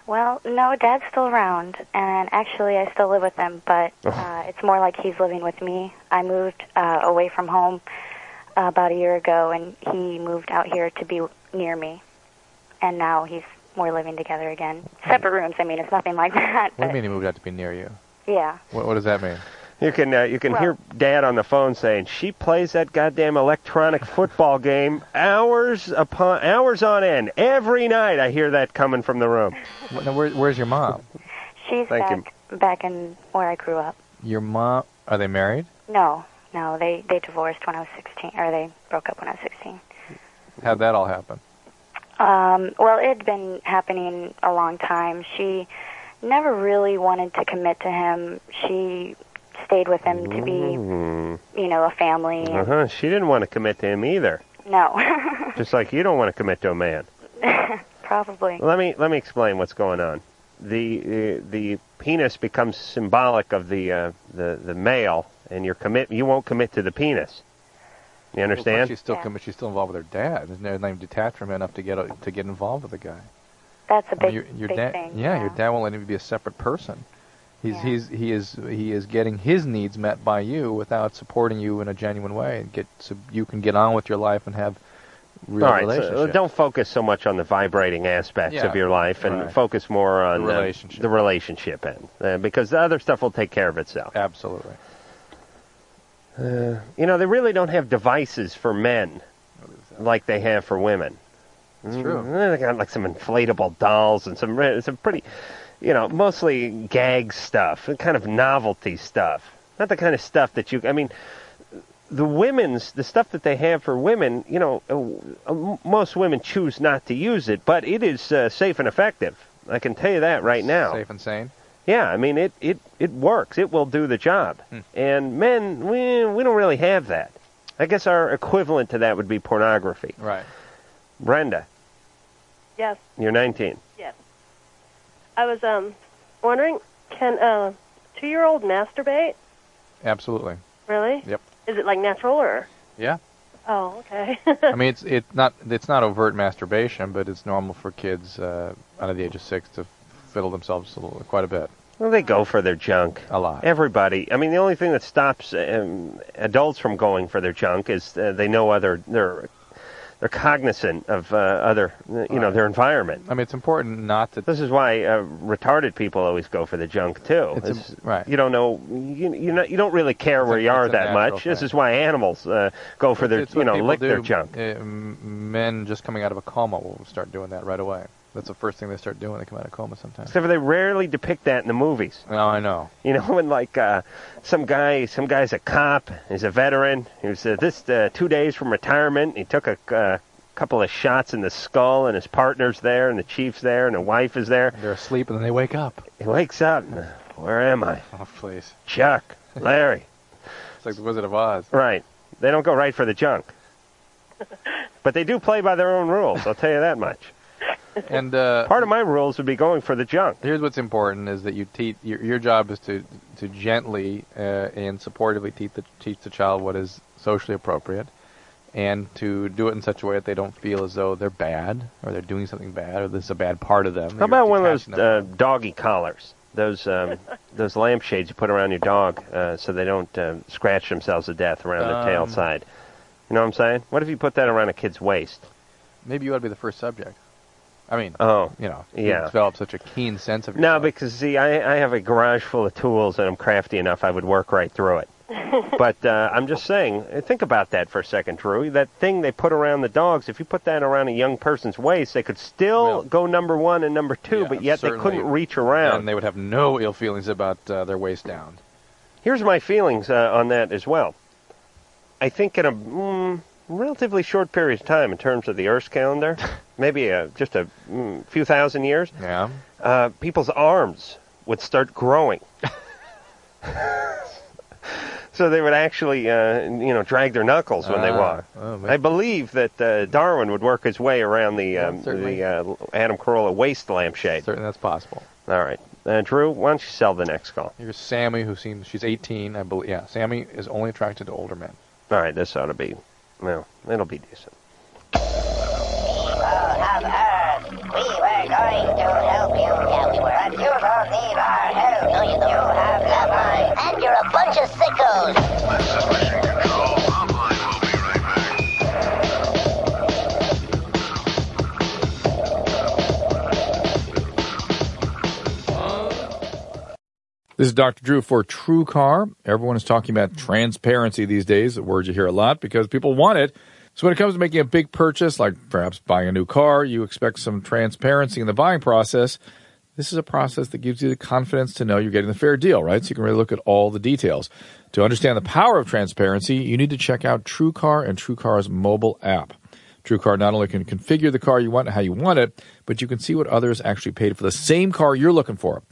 Well, no, Dad's still around, and actually, I still live with him, but
Oh.
uh, it's more like he's living with me. I moved uh, away from home uh, about a year ago, and he moved out here to be near me, and now he's we're living together again. Separate rooms. I mean, it's nothing like that.
Oh.
What do you mean he moved out to be near you?
Yeah.
What, what does that mean?
You can uh, you can hear Dad on the phone saying she plays that goddamn electronic football game hours upon hours on end every night. I hear that coming from the room.
Wh- now, where, where's your mom?
She's
Thank you.
back back in where I grew up.
Your mom? Are they married?
No, no, they they divorced when I was 16, or they broke up when I was 16.
How'd that all happen?
Um, well, it had been happening a long time. She never really wanted to commit to him. She stayed with him to be,
Mm.
you know, a family.
Uh huh. She didn't want to commit to him either,
No,
just like you don't want to commit to a man.
probably.
Let me let me explain what's going on. The uh, the penis becomes symbolic of the uh, the the male, and your commit you won't commit to the penis. You
Well,
understand?
but she's still commm- she's still involved with her dad. Isn't there name detached from him enough to get to get involved with the guy?
That's a
I mean,
big,
your, your
big
dad,
thing.
Yeah, your dad won't let him be a separate person. He's he's he is he is getting his needs met by you without supporting you in a genuine way, and get so you can get on with your life and have real
All right,
relationship.
so uh, don't focus so much on the vibrating aspects
Yeah,
of your life, and
right.
focus more on uh,
relationship.
the relationship end, uh, because the other stuff will take care of itself.
Absolutely.
Uh, you know, they really don't have devices for men like they have for women. That's
true.
They got like some inflatable dolls and some re- some pretty, you know, mostly gag stuff, and kind of novelty stuff. Not the kind of stuff that you. I mean, the women's the stuff that they have for women. You know, uh, uh, most women choose not to use it, but it is uh, safe and effective. I can tell you that right now.
Safe and sane.
Yeah, I mean it it it works. It will do the job.
Hmm.
And men, we we don't really have that. I guess our equivalent to that would be pornography.
Right.
Brenda,
Yes,
you're 19.
yes. I was um wondering, can a two-year-old masturbate?
Absolutely.
Really?
Yep.
Is it like natural or?
Yeah.
Oh, okay.
I mean, it's it's not it's not overt masturbation, but it's normal for kids uh, under the age of six to fiddle themselves a little, quite a bit.
Well, they go for their junk
a lot.
Everybody. I mean, the only thing that stops um, adults from going for their junk is uh, they know other they're they're cognizant of uh, other you know their environment.
I mean, it's important not to.
This is why uh, retarded people always go for the junk too.
It's a- right.
You don't know. You you not, you don't really care where you are
it's a
that
natural
much. This
thing.
is why animals uh, go for their
It's
you
what
know
people
lick their
do.
junk.
Uh, m- men just coming out of a coma will start doing that right away. That's the first thing they start doing when they come out of coma sometimes.
Except for they rarely depict that in the movies.
No, I know.
You know, when like uh, some guy, some guy's a cop, he's a veteran. He was uh, this uh, two days from retirement. He took a uh, couple of shots in the skull, and his partner's there, and the chief's there, and the wife is there.
They're asleep, and then they wake up.
He wakes up. And, uh, Where am I?
Oh, please.
Chuck, Larry.
It's like the Wizard of Oz.
Right. They don't go right for the junk. But they do play by their own rules. I'll tell you that much.
And uh,
part of my rules would be going for the junk.
Here's what's important: is that you teach. Your, your job is to to gently uh, and supportively teach the teach the child what is socially appropriate, and to do it in such a way that they don't feel as though they're bad or they're doing something bad or this is a bad part of them.
How about one of those uh, doggy collars? Those um, those lampshades you put around your dog uh, so they don't uh, scratch themselves to death around their tail
Um.
side. You know what I'm saying? What if you put that around a kid's waist?
Maybe you ought to be the first subject. I mean,
Oh,
you know,
yeah.
you develop such a keen sense of
No, because see, I, I have a garage full of tools and I'm crafty enough. I would work right through it. but uh, I'm just saying, uh, think about that for a second, Drew. That thing they put around the dogs, if you put that around a young person's waist, they could still go number one and number two, but yet they
certainly.
couldn't reach around.
and they would have no ill feelings about uh, their waist down.
Here's my feelings uh, on that as well. I think in a mm, relatively short period of time, in terms of the Earth's calendar, maybe uh just a mm, few thousand years,
yeah.
uh, people's arms would start growing. so they would actually, uh, you know, drag their knuckles when they
Ah,
walk.
oh, maybe-
I believe that uh, Darwin would work his way around the um,
certainly.
the uh, Adam Carolla waist lampshade.
Certainly, that's possible.
All right, uh, Drew, why don't you sell the next call?
Here's Sammy, who seems she's 18, I believe. Yeah, Sammy is only attracted to older men.
All right, this ought to be, well, it'll be decent.
And you're a bunch of sickos.
This is Dr. Drew for True Car. Everyone is talking about transparency these days, a word you hear a lot because people want it. So when it comes to making a big purchase, like perhaps buying a new car, you expect some transparency in the buying process. This is a process that gives you the confidence to know you're getting the fair deal, right? So you can really look at all the details. To understand the power of transparency, you need to check out True Car and True Car's mobile app. TrueCar not only can configure the car you want and how you want it, but you can see what others actually paid for the same car you're looking for,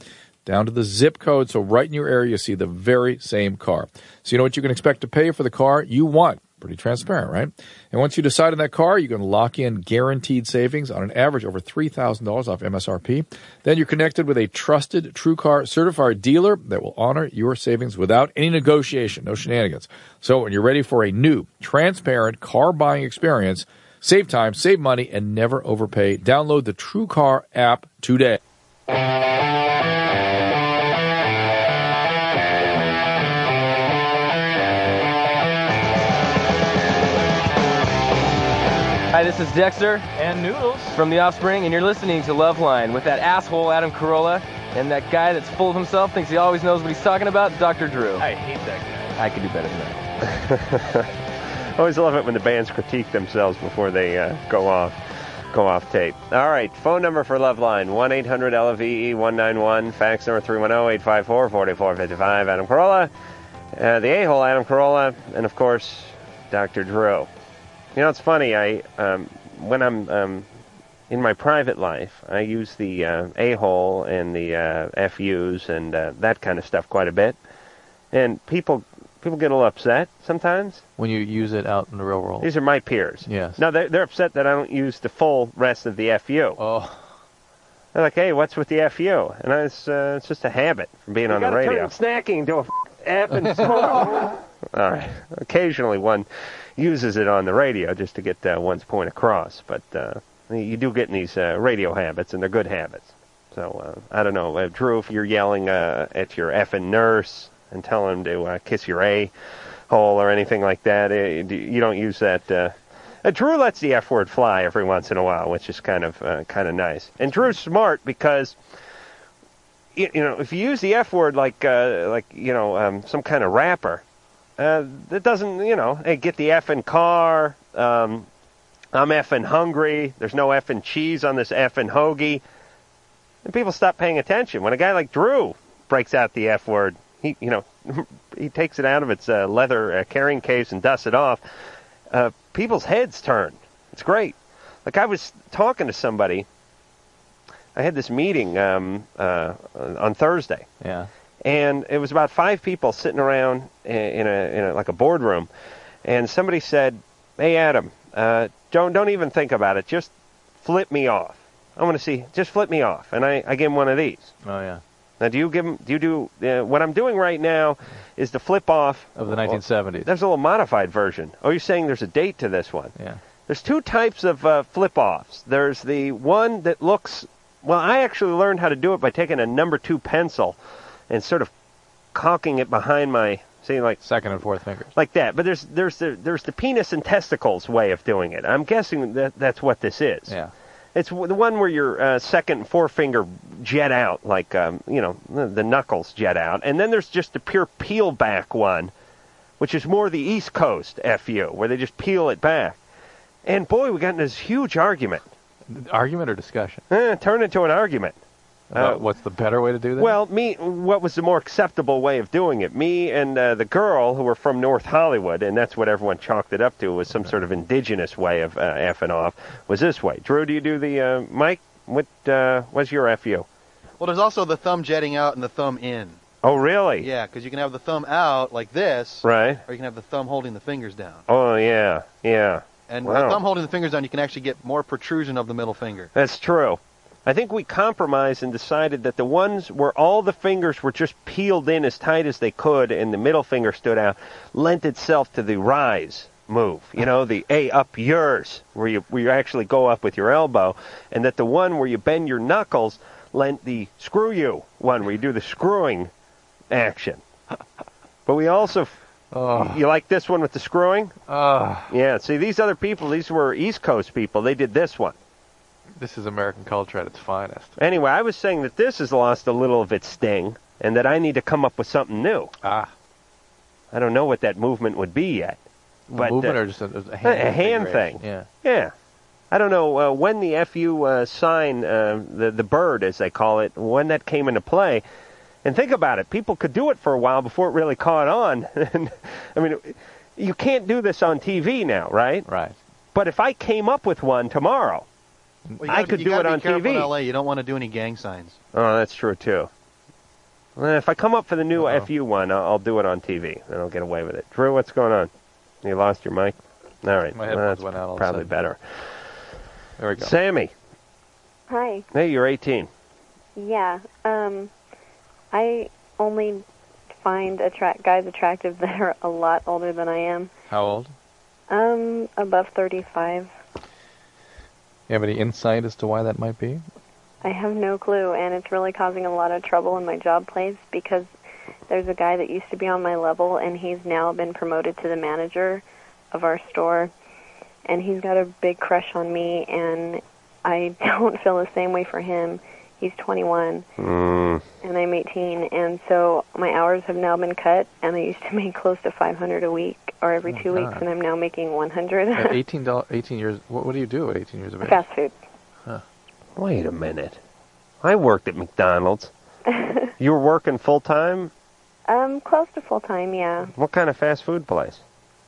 down to the zip code. So right in your area, you see the very same car. So you know what you can expect to pay for the car you want. Pretty transparent, right? And once you decide on that car, you can lock in guaranteed savings on an average over $3,000 off MSRP. Then you're connected with a trusted TrueCar certified dealer that will honor your savings without any negotiation, no shenanigans. So when you're ready for a new, transparent car buying experience, Save time, save money, and never overpay. Download the TrueCar app today.
Hi, this is Dexter. And Noodles. From The Offspring, and you're listening to Loveline with that asshole Adam Carolla and that guy that's full of himself, thinks he always knows what he's talking about, Dr. Drew. I hate that guy. I could do better than that.
I always love it when the bands critique themselves before they uh, go off go off tape. All right, phone number for Loveline E 1-800-LVE-191, fax number 310-854-4455. Adam Carolla, uh, the a-hole Adam Carolla, and of course, Dr. Drew. You know, it's funny. I um, when I'm um, in my private life, I use the uh, a-hole and the uh, FUs and uh, that kind of stuff quite a bit, and people people get a little upset sometimes.
When you use it out in the real world.
These are my peers.
Yes.
Now they're, they're upset that I don't use the full rest of the FU.
Oh.
They're like, hey, what's with the FU? And I, it's, uh, it's just a habit from being
You
on the
gotta turn
radio.
snacking to a f- app and smoke.
All right. Occasionally one uses it on the radio just to get uh, one's point across, but uh, you do get in these uh, radio habits, and they're good habits. So uh, I don't know, uh, Drew, if you're yelling uh, at your effing nurse and telling him to uh, kiss your a hole or anything like that, eh, do- you don't use that. Uh, uh, Drew lets the F word fly every once in a while, which is kind of uh, kind of nice. And Drew's smart because you, you know, if you use the F word like uh, like you know um, some kind of rapper, uh, that doesn't you know hey get the F in car. Um, I'm effing hungry. There's no effing cheese on this effing hoagie. And people stop paying attention. When a guy like Drew breaks out the F word, he you know he takes it out of its uh, leather uh, carrying case and dusts it off. Uh, people's heads turn. It's great. Like I was talking to somebody I had this meeting um, uh, on Thursday.
Yeah.
And it was about five people sitting around i- in a, in a like a boardroom, and somebody said, "Hey Adam, uh, don't don't even think about it. Just flip me off. I want to see. Just flip me off." And I, I gave him one of these.
Oh yeah.
Now, do you give 'em- Do you do uh, what I'm doing right now? Is the flip off
Of the 1970s.
There's a little modified version. Oh, you're saying there's a date to this one?
Yeah.
There's two types of uh, flip offs. There's the one that looks. Well, I actually learned how to do it by taking a number two pencil and sort of cocking it behind my see like
second and fourth fingers
like that. But there's there's the there's the penis and testicles way of doing it. I'm guessing that that's what this is.
Yeah.
It's w- the one where your uh, second and forefinger jet out, like um, you know the the knuckles jet out, and then there's just the pure peel back one, which is more the East Coast fu, where they just peel it back. And boy, we got in this huge argument.
Argument or discussion?
Eh, turned into an argument. Uh,
About what's the better way to do that?
Well, me, what was the more acceptable way of doing it? Me and uh, the girl who were from North Hollywood, and that's what everyone chalked it up to was some sort of indigenous way of uh, effing off. Was this way? Drew, do you do the uh, Mike? What uh, was your fu?
Well, there's also the thumb jetting out and the thumb in.
Oh, really?
Yeah, because you can have the thumb out like this,
Right.
or you can have the thumb holding the fingers down.
Oh, yeah, yeah.
And with
wow.
the thumb holding the fingers down, you can actually get more protrusion of the middle finger.
That's true. I think we compromised and decided that the ones where all the fingers were just peeled in as tight as they could and the middle finger stood out lent itself to the rise move. You know, the A up yours, where you where you actually go up with your elbow, and that the one where you bend your knuckles lent the screw you one where you do the screwing action. But we also you like this one with the screwing? yeah, see these other people, these were East Coast people, they did this one.
This is American culture at its finest.
Anyway, I was saying that this has lost a little of its sting, and that I need to come up with something new.
Ah.
I don't know what that movement would be yet. But,
movement
uh,
or just a, a hand,
a hand thing.
configuration? Yeah.
Yeah. I don't know uh, when the FU uh, sign, uh, the the bird as they call it, when that came into play. And think about it, people could do it for a while before it really caught on. And, I mean, you can't do this on TV now, right?
Right.
But if I came up with one tomorrow,
Well, you
I
gotta be-
could
you
do
gotta
it
be
on
careful
TV.
In LA, you don't want to do any gang signs.
Oh, that's true too. Well, if I come up for the new FU one, I'll, I'll do it on TV, and I'll get away with it. Drew, what's going on? You lost your mic. All right,
My
Well,
headphones
that's
went out all of a
probably
sudden.
better.
There we go.
Sammy,
Hi.
hey, you're 18.
Yeah. Um, I only find attract guys attractive that are a lot older than I am.
How old?
Um, above 35.
You have any insight as to why that might be?
I have no clue, and it's really causing a lot of trouble in my job place because there's a guy that used to be on my level, and he's now been promoted to the manager of our store, and he's got a big crush on me, and I don't feel the same way for him. He's 21,
Hmm.
and I'm 18, and so my hours have now been cut, and I used to make close to 500 a week or every two weeks,
God.
and I'm now making 100.
At 18, doll- 18 years, what, what do you do at 18 years of age?
Fast food.
Wait a minute. I worked at McDonald's. you were working full time.
Um, close to full time, yeah.
What kind of fast food place?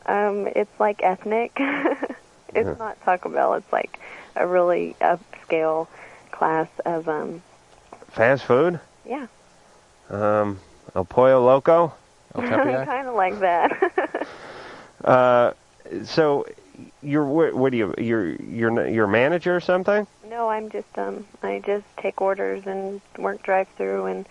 Um, it's like ethnic. it's
Yeah.
not Taco Bell. It's like a really upscale class of um.
Fast food?
Yeah,
Um, El Pollo Loco.
kind of like that.
Uh, so you're wh- what do you you're you're n- you're a manager or something?
no, No, I'm just um I just take orders and work drive through and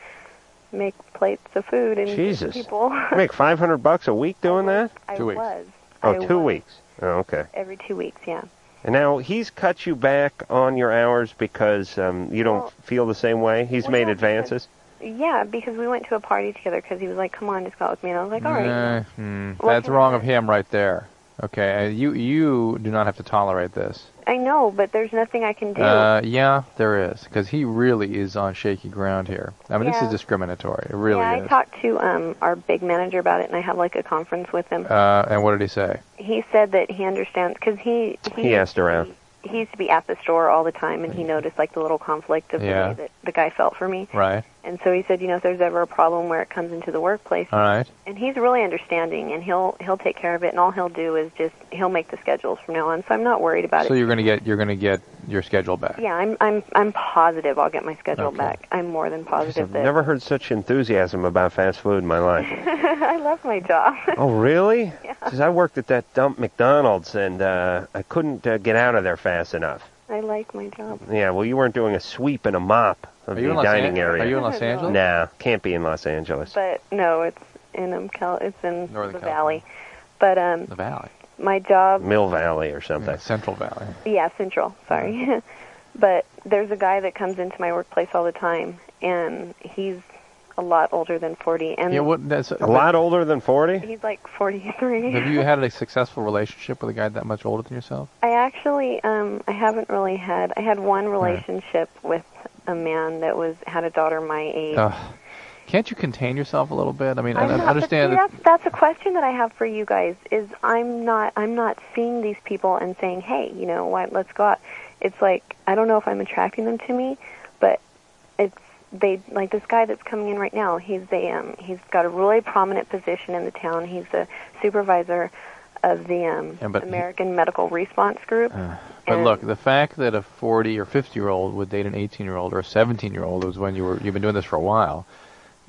make plates of food and give to
Jesus.
people.
You make 500 bucks a week doing that?
I was.
Oh,
I
two
was.
weeks. Oh, okay.
Every two weeks, yeah.
And now he's cut you back on your hours because um, you don't
Well-
feel the same way. He's made advances.
Yeah, because we went to a party together because he was like, "Come on, just go out with me," and I was like, "All right."
Nah, hmm, That's wrong of him right there. Okay, uh, you you do not have to tolerate this.
I know, but there's nothing I can do.
Uh, yeah, there is, because he really is on shaky ground here. I mean, this
Yeah.
is discriminatory. It really
yeah,
is.
I talked to um our big manager about it, and I have like a conference with him.
uh, and what did he say?
he said that he understands because he he,
He asked
around.
he used to be at the store all the time, and he noticed like the little conflict of
Mm-hmm. Yeah.
the way that the guy felt for me.
Right.
And so he said, you know, if there's ever a problem where it comes into the workplace,
All right.
and he's really understanding, and he'll he'll take care of it, and all he'll do is just he'll make the schedules from now on. So I'm not worried about
So
it.
you're gonna get you're gonna get your schedule back.
Yeah, I'm I'm I'm positive I'll get my schedule back. I'm more than positive
I've
that
never heard such enthusiasm about fast food in my life.
I love my job.
oh, really? Because I worked at that dump McDonald's and uh, I couldn't uh, get out of there fast enough.
I like my job.
Yeah, well, you weren't doing a sweep and a mop of
Are you
the
in Los
dining
An-
area.
are you in Los Angeles?
No, can't be in Los Angeles.
But no, it's in um Cal- it's in
Northern
the
California.
valley. But um
The Valley,
my job
Mill Valley or something.
Central Valley.
Yeah, Central. Sorry. but there's a guy that comes into my workplace all the time, and he's a lot older than 40. And
yeah, what? That's
A lot older than 40?
He's like 43.
Have you had a successful relationship with a guy that much older than yourself?
I actually, um, I haven't really had. I had one relationship with a man that was had a daughter my age.
Ugh. Can't you contain yourself a little bit? I mean, I,
I'm
I
not-
understand.
But
that-
see, that's, that's a question that I have for you guys. Is I'm not I'm not seeing these people and saying, hey, you know, why, let's go out. It's like I don't know if I'm attracting them to me, but it's they like this guy that's coming in right now. He's a um, he's got a really prominent position in the town. He's the supervisor of the um,
Yeah, but he-
American Medical Response Group.
But look, the fact that a 40 or 50 year old would date an 18 year old or a 17 year old is when you were you've been doing this for a while.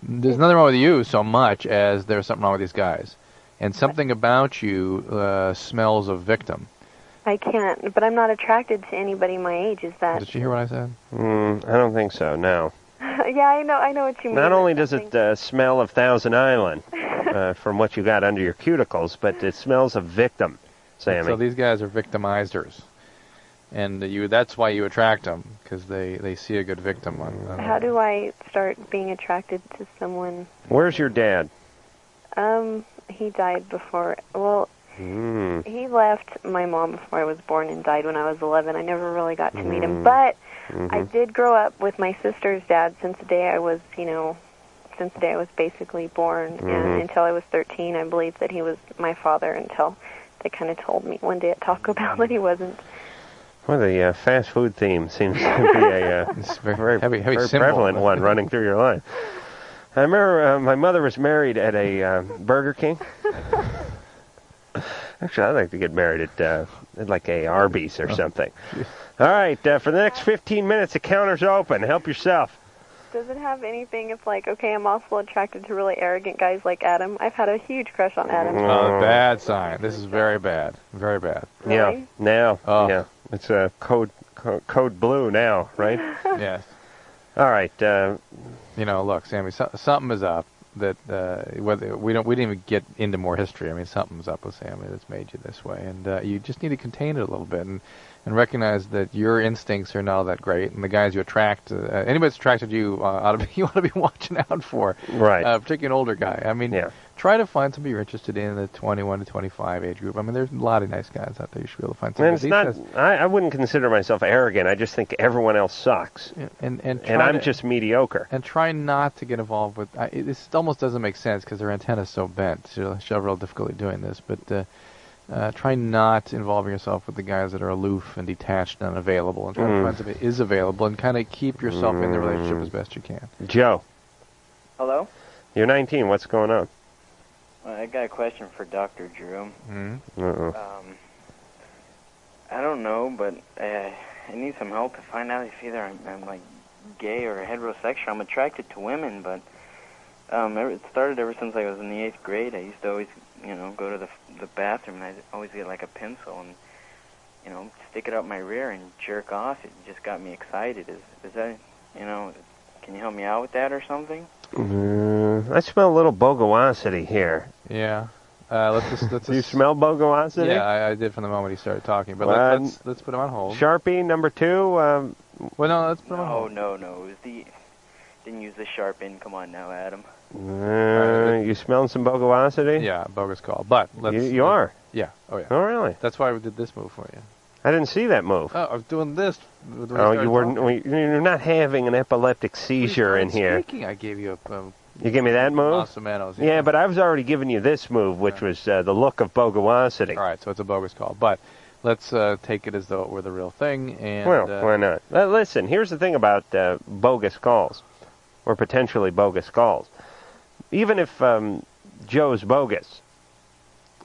There's nothing wrong with you so much as there's something wrong with these guys, and something about you uh, smells of victim.
I can't, but I'm not attracted to anybody my age. Is that?
Did you hear what I said?
Mm, I don't think so, no.
yeah, I know, I know what you mean.
Not only does it uh, smell of Thousand Island uh, from what you got under your cuticles, but it smells of victim, Sammy.
So these guys are victimizers, and you that's why you attract them because they they see a good victim on. on
How do I start being attracted to someone?
Where's your dad?
Um, he died before. Well,
Mm.
he left my mom before I was born and died when I was 11. I never really got to meet
Hmm.
him, but I did grow up with my sister's dad since the day I was, you know, since the day I was basically born,
Mhm.
and until I was 13, I believed that he was my father until they kind of told me one day at Taco Bell that he wasn't.
Well, the uh, fast food theme seems to be a uh, very, very,
heavy symbol.
prevalent one running through your line. I remember uh, my mother was married at a uh, Burger King. Actually, I'd like to get married at, uh, at like a Arby's
Oh.
or something. All right, uh, for the next 15 minutes, the counter's open. Help yourself.
Does it have anything? It's like, okay, I'm also attracted to really arrogant guys like Adam. I've had a huge crush on Adam.
Uh, bad sign. This is very bad. Very bad. Oh.
Yeah, now, yeah, it's uh, code, code code blue now, right?
yes.
All right. Uh,
you know, look, Sammy, so, something is up. That uh, whether we don't, we didn't even get into more history. I mean, something's up with Sammy that's made you this way, and uh, you just need to contain it a little bit and and recognize that your instincts are not all that great, and the guys you attract, uh, anybody that's attracted to you, uh, ought to be, you ought to be watching out for,
Right.
Uh, particularly an older guy. I mean, try to find somebody you're interested in in the 21 to 25 age group. I mean, there's a lot of nice guys out there. You should be able to find somebody.
And it's
These
not.
guys-
I, I wouldn't consider myself arrogant. I just think everyone else sucks,
and and,
and
try
I'm
to-
just mediocre.
and try not to get involved with. I, it- this almost doesn't make sense because their antenna's so bent. She'll, she'll have real difficulty doing this, but uh, uh, try not involving yourself with the guys that are aloof and detached and unavailable, and try
Mm.
to find something that is available, and kind of keep yourself in the relationship
Mm.
as best you can.
Joe,
Hello?
you're 19. What's going on?
Uh, I got a question for Dr. Drew.
Mm-hmm.
Uh-oh.
Um, I don't know, but uh, I need some help to find out if either I'm, I'm like gay or heterosexual. I'm attracted to women, but um, ever- it started ever since I was in the eighth grade. I used to always, you know, go to the the bathroom and I always get like a pencil and you know, stick it up my rear and jerk off. It just got me excited. Is is that, you know, can you help me out with that or something?
Mm, I smell a little bogawasity here.
Yeah. Uh, let's just, let's
Do you smell bogawasity?
Yeah, I, I did from the moment he started talking. But
Well,
let's, let's let's put him on hold.
Sharpie number two. Um,
well, Oh, no, let's put him on
No, Oh, no, no. It was the didn't use the sharp end. Come on now, Adam.
uh, you smelling some bogawasity?
Yeah, bogus call. But let's.
you, you are.
Yeah. Oh yeah.
Oh really?
That's why we did this move for you.
I didn't see that move.
Oh, I was doing this. when we
Oh,
started
you were
talking.
we- you're not having an epileptic seizure in here.
Speaking, I gave you a. Um,
You give me that move?
Los Hermanos,
yeah. but I was already giving you this move, which was uh, the look of bogawasity.
All right, so it's a bogus call, but let's uh, take it as though it were the real thing. And
well,
uh,
why not? Uh, listen, here's the thing about uh, bogus calls, or potentially bogus calls. Even if um, Joe's bogus,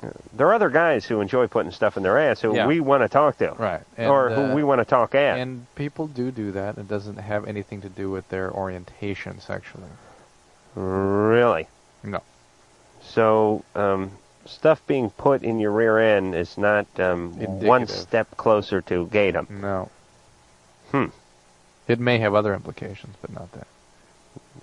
uh, there are other guys who enjoy putting stuff in their ass who
Yeah.
we want to talk to,
Right,
or
and,
who
uh,
we want to talk at.
And people do do that. It doesn't have anything to do with their orientation sexually.
Really?
No.
So, um, stuff being put in your rear end is not um, one
Indicative.
step closer to Gatum.
No.
Hmm.
It may have other implications, but not that.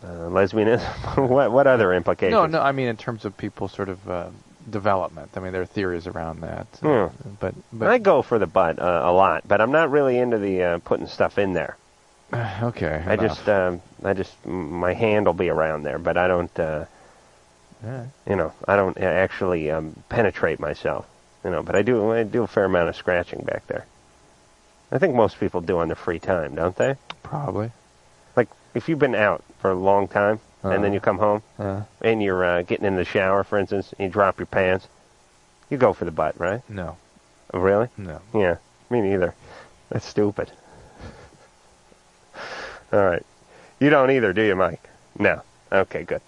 Uh, lesbianism? what, what other implications?
No, no. I mean, in terms of people, sort of uh, development. I mean, there are theories around that. Uh,
Yeah.
But, but
I go for the butt uh, a lot, but I'm not really into the uh, putting stuff in there.
okay.
I just, um, I just, m- my hand will be around there, but I don't, uh,
Alright.
you know, I don't uh, actually um, penetrate myself, you know. But I do, I do a fair amount of scratching back there. I think most people do on their free time, don't they?
Probably.
Like if you've been out for a long time and then
Uh-huh.
you come home
Uh,
and you're uh, getting in the shower, for instance, and you drop your pants, you go for the butt, right?
no.
Oh, Really?
No.
Yeah, me neither. That's stupid. All right. You don't either, do you, Mike? No. Okay, good.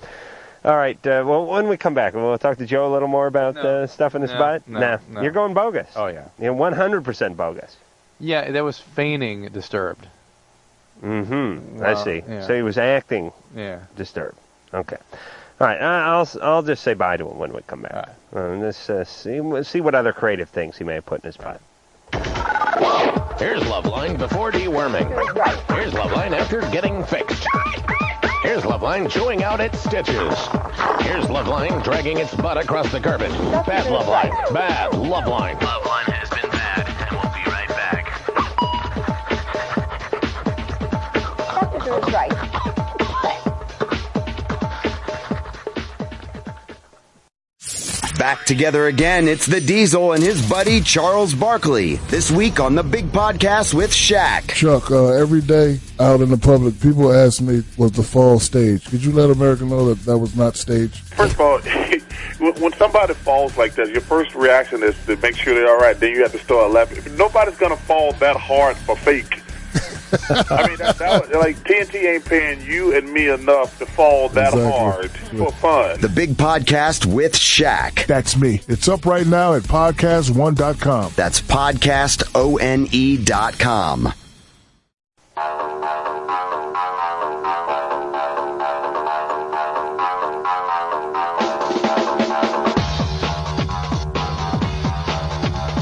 All right. Uh, well, when we come back, we'll talk to Joe a little more about uh, stuff in his
No,
butt.
no,
Nah.
no.
you're going bogus.
Oh yeah.
You're 100% bogus.
Yeah, that was feigning disturbed.
Mm-hmm. I
Well,
see.
yeah.
So he was acting
Yeah.
disturbed. Okay. All right. I- I'll s- I'll just say bye to him when we come back. Um, let's uh, see see what other creative things he may have put in his butt.
Here's Loveline before deworming. Here's Loveline after getting fixed. Here's Loveline chewing out its stitches. Here's Loveline dragging its butt across the carpet. Bad Loveline. Bad Loveline. Loveline has been bad, and we'll be right back.
Back together again, it's the Diesel and his buddy Charles Barkley. This week on the Big Podcast with Shaq.
Chuck, uh, every day out in the public, people ask me, was the fall stage? Could you let America know that that was not staged?
First of all, when when somebody falls like that, your first reaction is to make sure they're all right. Then you have to start laughing. Nobody's gonna fall that hard for fake. I mean, that, that was, like TNT ain't paying you and me enough to fall that
Exactly.
hard for fun.
The Big Podcast with Shaq.
That's me. It's up right now at podcast1.com.
That's E podcastone.com.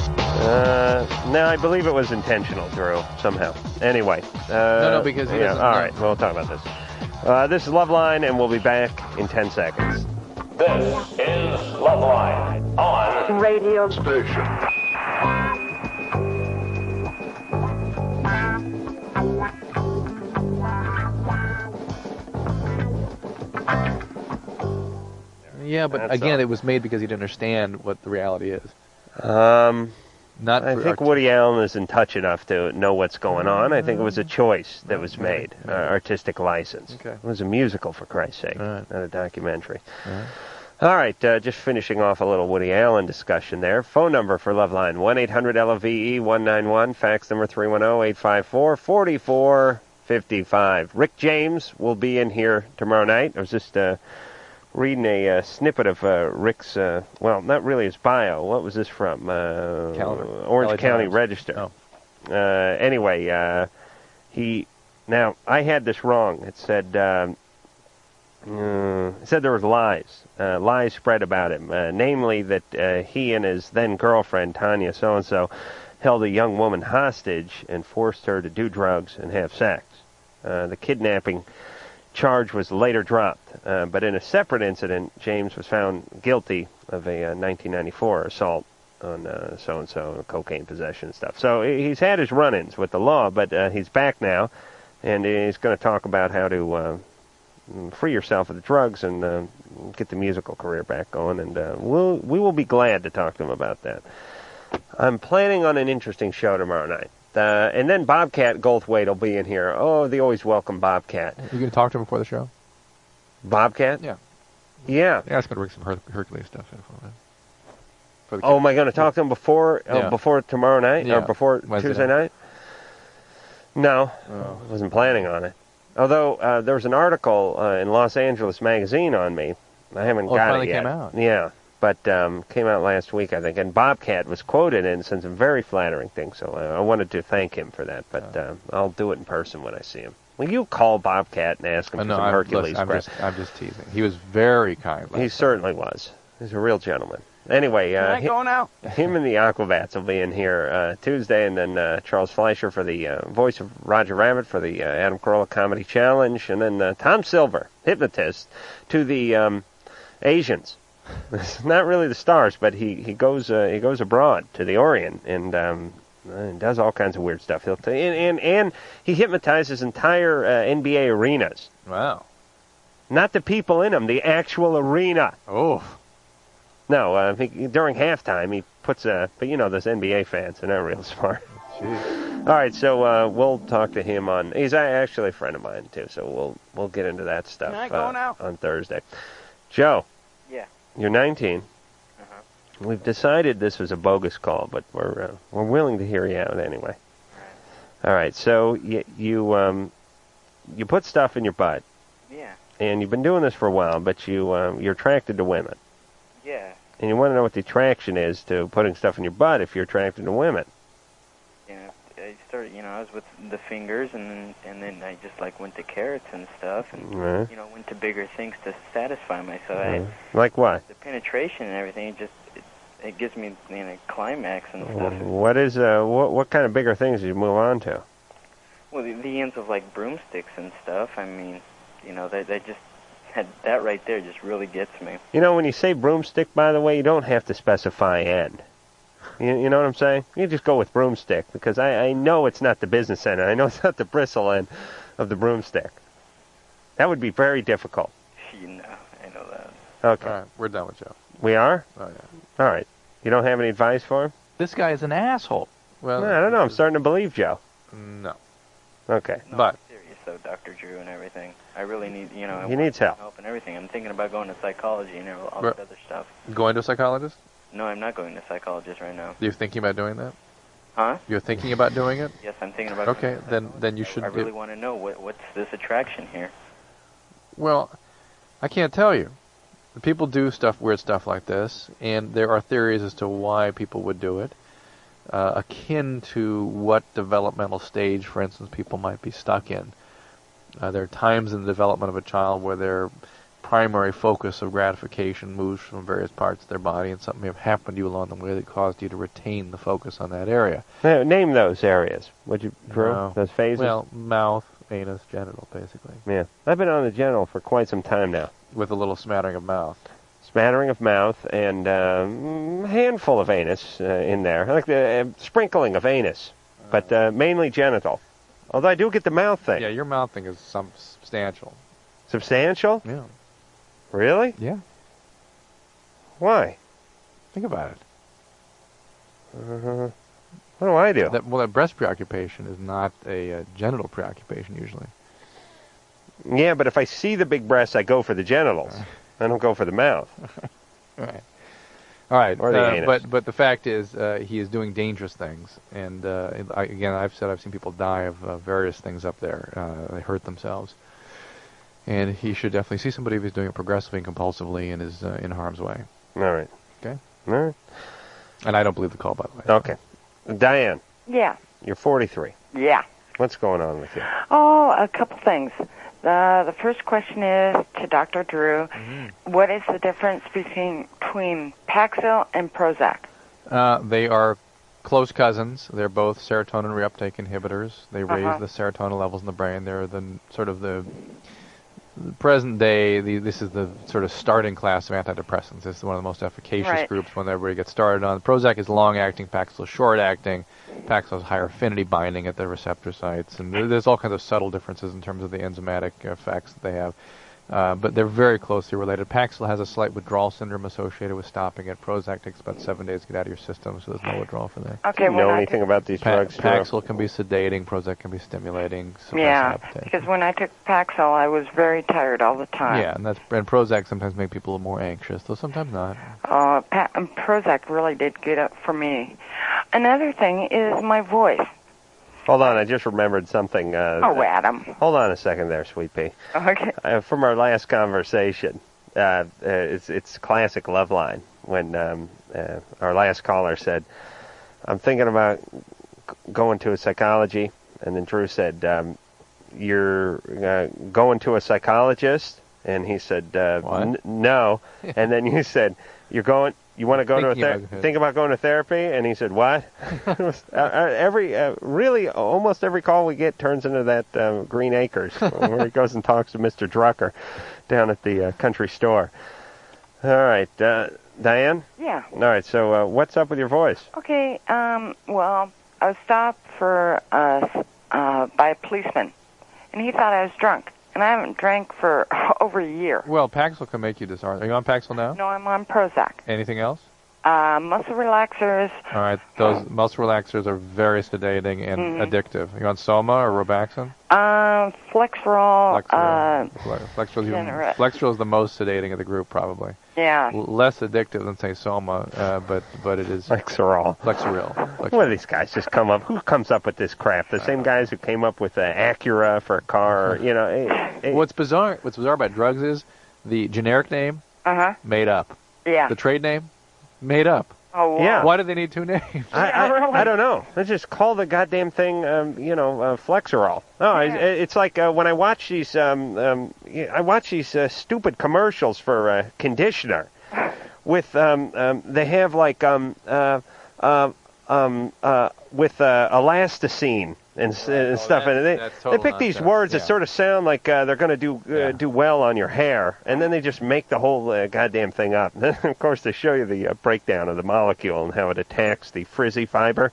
Uh, no, I believe it was intentional, Drew, somehow. Anyway. Uh,
No, no, because he
yeah,
doesn't
All
know.
right, we'll talk about this. Uh, this is Loveline, and we'll be back in 10 seconds.
This is Loveline on radio station.
Yeah, but
That's
again,
all.
it was made because he didn't understand what the reality is.
Um,
Not
I
for
think Woody Allen is in touch enough to know what's going on. I think it was a choice that was made, uh, artistic license.
Okay.
It was a musical, for Christ's sake, not a documentary. All right, uh, just finishing off a little Woody Allen discussion there. Phone number for Loveline, E, 1-800-LOVE-191, fax number 310-854-4455. Rick James will be in here tomorrow night. I was just uh, reading a uh, snippet of uh, Rick's, uh, well, not really his bio. What was this from? Uh,
Calendar.
Orange
LA
County
Times. Oh.
Register. Uh, anyway, uh, he, now, I had this wrong. It said... Um, Mm, said there was lies, uh, lies spread about him, uh, namely that uh, he and his then girlfriend Tanya so and so held a young woman hostage and forced her to do drugs and have sex. Uh, the kidnapping charge was later dropped, uh, but in a separate incident, James was found guilty of a uh, 1994 assault on uh, so-and-so, cocaine possession and stuff. So he- he's had his run-ins with the law, but uh, he's back now, and he's going to talk about how to uh, free yourself of the drugs and uh, get the musical career back going. And uh, we'll we will be glad to talk to him about that. I'm planning on an interesting show tomorrow night. Uh, and then Bobcat Goldthwait will be in here. Oh, the always welcome Bobcat.
You going to talk to him before the show?
Bobcat?
Yeah.
Yeah.
Yeah, it's going to bring some Her- Hercules stuff in for me. For the Uh,
Oh, am I going to talk to him before uh,
Yeah.
before tomorrow night
Yeah.
or before
Wednesday
Tuesday night?
night. Oh.
No, I wasn't planning on it. Although uh, there was an article uh, in Los Angeles Magazine on me. I haven't
Oh, it
got
finally
it yet.
came out.
Yeah, but um, came out last week, I think. And Bobcat was quoted in some some very flattering things, so uh, I wanted to thank him for that. But uh, I'll do it in person when I see him. Will you call Bobcat and ask him
Uh,
for
no,
some
I'm,
Hercules
listen, I'm
crap?
just, I'm just teasing. He was very kind.
He certainly was. He's a real gentleman. Anyway,
Can
uh,
I go now?
him and the Aquabats will be in here uh, Tuesday, and then uh, Charles Fleischer for the uh, voice of Roger Rabbit for the uh, Adam Carolla Comedy Challenge, and then uh, Tom Silver, hypnotist, to the um, Asians. It's not really the stars, but he he goes uh, he goes abroad to the Orient and um, and does all kinds of weird stuff. He'll t- and, and and he hypnotizes entire uh, NBA arenas.
Wow.
Not the people in them, the actual arena. Oh. No, uh, he, during halftime he puts a. But you know, those NBA fans are not real smart. All right, so uh, we'll talk to him on. He's a- actually a friend of mine too, so we'll we'll get into that stuff
Can I go
uh,
now?
on Thursday. Joe,
Yeah.
you're 19. We've decided this was a bogus call, but we're uh, we're willing to hear you out anyway. All right, so you you um you put stuff in your butt,
Yeah.
and you've been doing this for a while, but you um, you're attracted to women,
Yeah.
and you want to know what the attraction is to putting stuff in your butt if you're attracted to women.
You know, I started. You know, I was with the fingers, and then and then I just like went to carrots and stuff, and
Mhm.
you know, went to bigger things to satisfy myself.
Uh-huh.
I-
Mhm. Like what?
the penetration and everything, it just it, it gives me you know climax
Uh-huh.
and stuff.
What is uh what what kind of bigger things do you move on to?
Well, the, the ends of like broomsticks and stuff. I mean, you know, that that just that, that right there just really gets me.
You know, when you say broomstick, by the way, you don't have to specify end. You, you know what I'm saying? You just go with broomstick because I, I know it's not the business end. I know it's not the bristle end of the broomstick. That would be very difficult.
You know, I know that.
Okay.
All right, we're done with Joe.
We are?
Oh,
All right. You don't have any advice for him?
This guy is an asshole. Well,
No, I don't know. I'm starting to believe Joe.
no.
Okay.
No, I'm serious though, Doctor Drew and everything. I really need you know. I
He
want
needs help.
Help and everything. I'm thinking about going to psychology and all all
Right.
that other stuff.
Going to a psychologist?
No, I'm not going to psychologist right now.
You're thinking about doing that?
Huh?
You're thinking about doing it?
Yes, I'm thinking about.
Okay, then then you should.
I really
it-
want to know what what's this attraction here.
Well, I can't tell you. People do stuff, weird stuff like this, and there are theories as to why people would do it, uh, akin to what developmental stage, for instance, people might be stuck in. Uh, there are times in the development of a child where their primary focus of gratification moves from various parts of their body, and something may have happened to you along the way that caused you to retain the focus on that area.
Now, name those areas. Would you, Drew?
No.
Those phases?
Well, mouth, anus, genital, basically,
yeah. I've been on the general for quite some time now.
with a little smattering of mouth.
smattering of mouth and um, handful of anus uh, in there. I like the uh, sprinkling of anus, but uh, mainly genital. Although I do get the mouth thing.
Yeah, your mouth thing is some substantial.
Substantial?
Yeah.
Really?
Yeah.
Why?
Think about it.
Uh, what do I do?
That, well, that breast preoccupation is not a uh, genital preoccupation usually.
Yeah, but if I see the big breasts, I go for the genitals. I don't go for the mouth.
Uh-huh. right. All right.
Or the
uh,
anus.
But but the fact is, uh, he is doing dangerous things, and uh, and I, again, I've said I've seen people die of uh, various things up there. Uh, they hurt themselves, and he should definitely see somebody who's doing it progressively and compulsively and is uh, in harm's way.
All right.
Okay.
All right.
And I don't believe the call, by the way.
Okay. Diane,
Yeah.
you're 43.
Yeah.
What's going on with you?
Oh, a couple things. The the first question is to Dr. Drew. What is the difference between between Paxil and Prozac?
Uh, they are close cousins. They're both serotonin reuptake inhibitors. They raise
Uh-huh.
the serotonin levels in the brain. They're the sort of the, the present day. The, this is the sort of starting class of antidepressants. It's one of the most efficacious
Right.
groups when everybody gets started on. Prozac is long acting. Paxil is short acting. Paxil has higher affinity binding at the receptor sites, and there- there's all kinds of subtle differences in terms of the enzymatic effects that they have. Uh, but they're very closely related. Paxil has a slight withdrawal syndrome associated with stopping it. Prozac takes about seven days to get out of your system, so there's no withdrawal from there.
Okay,
know
well, I
anything
did-
about these
Pa-
drugs? Nora?
Paxil can be sedating. Prozac can be stimulating. suppressing
Yeah,
appetite.
because when I took Paxil, I was very tired all the time.
Yeah, and that's and Prozac sometimes make people more anxious, though sometimes not.
Uh, pa- um, Prozac really did get up for me. Another thing is my voice.
Hold on, I just remembered something. Uh,
Oh, Adam.
Hold on a second there, sweet pea.
Okay.
Uh, from our last conversation, uh, uh, it's it's classic love line when um, uh, our last caller said, "I'm thinking about g- going to a psychology," and then Drew said, um, "You're uh, going to a psychologist," and he said, uh, n- "No," and then you said, "You're going." You want to go to a
Thinking
ther-
about it.
think about going to therapy, and he said, "What?" It was- uh, uh, every uh, really almost every call we get turns into that uh, Green Acres where he goes and talks to Mr. Drucker down at the uh, country store. All right, uh, Diane.
Yeah.
All right, so uh, what's up with your voice?
Okay. Um. Well, I was stopped for uh, uh by a policeman, and he thought I was drunk, and I haven't drank for over a year.
Well, Paxil can make you disarmed. Are you on Paxil now?
No, I'm on Prozac.
Anything else?
Uh, muscle relaxers.
All right,
Oh.
those muscle relaxers are very sedating and
Mhm.
addictive. Are you on Soma or Robaxin?
Um. Flexerol. Uh.
Fle- Flexeril
Genera- Ah.
Flexeril is the most sedating of the group, probably.
Yeah.
L- Less addictive than say Soma, uh, but but it is
Flexeril.
Flexeril. Flex-
What do these guys just come up? Who comes up with this crap? The same guys who came up with the Acura for a car, or, you know? eh, eh,
What's bizarre? What's bizarre about drugs is the generic name
Uh huh.
made up.
Yeah.
The trade name made up.
Oh. wow.
Yeah.
Why do they need two names?
I, I, I don't know. Let's just call the goddamn thing, um, you know, uh, Flexerol. No, I it's like uh, when I watch these, um, um, y- I watch these uh, stupid commercials for uh, conditioner. With um, um, they have like um, uh, uh, um, uh, with uh, elasticine and, s and stuff, and they
Oh, that's
they
total
pick these
nonsense,
words
yeah.
that sort of sound like uh, they're going to do uh, do well on your hair, and then they just make the whole uh, goddamn thing up. And then, of course, they show you the uh, breakdown of the molecule and how it attacks the frizzy fiber.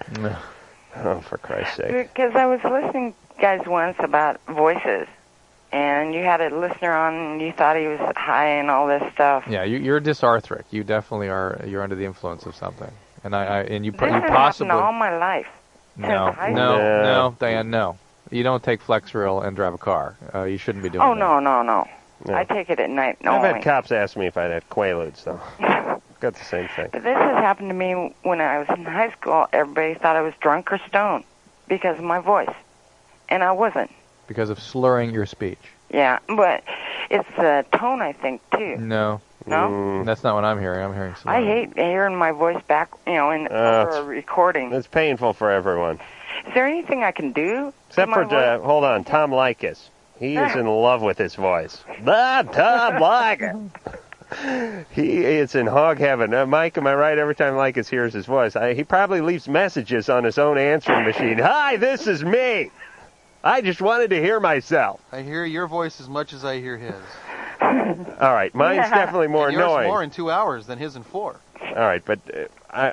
Oh, for Christ's sake!
Because I was listening, to you guys, once about voices, and you had a listener on, and you thought he was high and all this stuff.
Yeah, you, you're dysarthric. You definitely are. You're under the influence of something, and I, I and you, pro-
This
you
has
possibly
happened all my life. since
no,
high
no,
school.
no, Diane, no. You don't take Flexeril and drive a car. Uh, you shouldn't be doing
Oh
that.
no, no, no. I take it at night
I've
normally.
had cops ask me if I'd had Quaaludes, though. Got the same thing.
But this has happened to me when I was in high school. Everybody thought I was drunk or stoned because of my voice, and I wasn't.
because of slurring your speech.
Yeah, but it's the tone, I think, too.
No,
No?
Mm.
that's not what I'm hearing. I'm hearing.
I
slurring.
hate hearing my voice back, you know, in
Uh,
over a recording.
It's painful for everyone.
Is there anything I can do? to
Except
my
for,
voice?
uh, hold on, Tom Likas. He is in love with his voice. Ah, Tom Likas! He is in hog heaven. Uh, Mike, am I right? Every time Likas hears his voice, I, he probably leaves messages on his own answering machine. Hi, this is me! I just wanted to hear myself.
I hear your voice as much as I hear his.
All right, mine's definitely more
and yours
annoying.
more in two hours than his in four.
All right, but uh,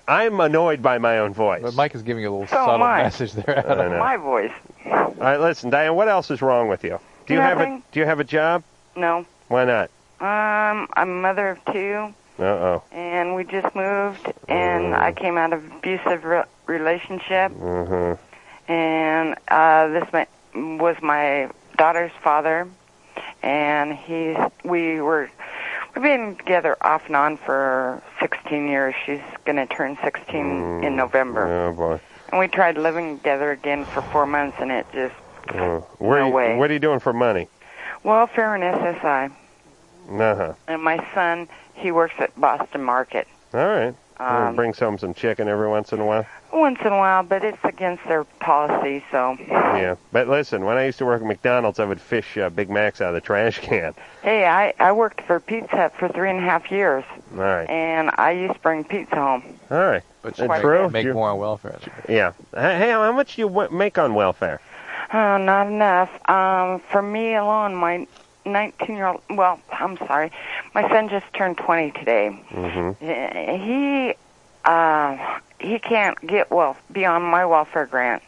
I, I'm annoyed by my own voice. But
Mike is giving a little
So am subtle I. message
there.
My voice.
All right, listen, Diane. What else is wrong with you? Do you have a
Nothing.
Do you have a job?
No.
Why not?
Um, I'm a mother of two,
Uh oh.
and we just moved, and
Mm.
I came out of abusive re- relationship,
Mhm.
and uh, this ma- was my daughter's father, and he's we were we've been together off and on for 16 years. She's gonna turn 16 in November,
Oh boy.
and we tried living together again for four months, and it just
Oh. Where
No
are you,
way.
What are you doing for money?
welfare and SSI.
Uh huh.
And my son, he works at Boston Market.
All right.
Um,
brings home some chicken every once in a while.
Once in a while, but it's against their policy, so.
Yeah. But listen, when I used to work at McDonald's, I would fish uh, Big Macs out of the trash can.
Hey, I, I worked for Pizza Hut for three and a half years,
All right.
and I used to bring pizza home.
All right.
But
Uh,
you make-
Drew,
make
you-
more on welfare.
Yeah. Hey, hey, how much do you w- make on welfare?
Oh, not enough. Um, for me alone, my 19 year old, well, I'm sorry, my son just turned 20 today.
Mm-hmm.
He, uh, he can't get well beyond my welfare grant.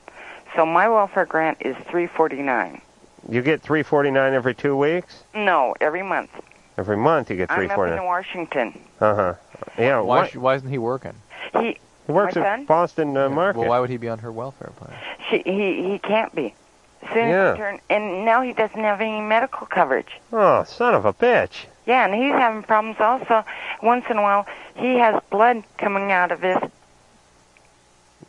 So my welfare grant is 349.
You get three forty nine every two weeks.
No, every month.
Every month you get three
I'm up
forty
in
nine.
Washington.
Uh huh. Yeah.
Why,
Why?
sh- why isn't he working?
He
He works
my
at
son?
Boston uh, Market.
Well, why would he be on her welfare plan?
She, he he can't be. Soon
Yeah.
as he turn, and now he doesn't have any medical coverage.
Oh, son of a bitch.
Yeah, and he's having problems also. Once in a while, he has blood coming out of his.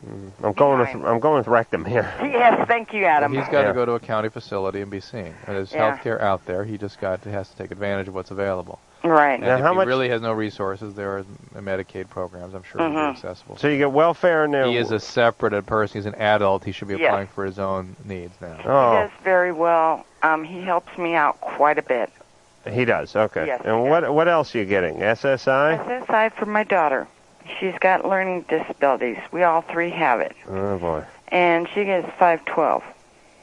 Mm, I'm going with I'm going with rectum here.
Yes, thank you, Adam.
He's got
Yeah.
to go to a county facility and be seen. And there's
Yeah.
health care out there. He just got has to take advantage of what's available.
Right.
And
Now,
if
how
he
much-
really has no resources, there are Medicaid programs. I'm sure these are
Mhm.
Mm-hmm.
accessible.
So you get welfare and then
He is a separate person. He's an adult. He should be
Yes.
applying for his own needs now.
oh.
He does very well. Um, he helps me out quite a bit.
he does. Okay.
Yes,
and what what else are you getting? SSI.
Aside from my daughter, she's got learning disabilities. We all three have it,
Oh boy.
and she gets five twelve.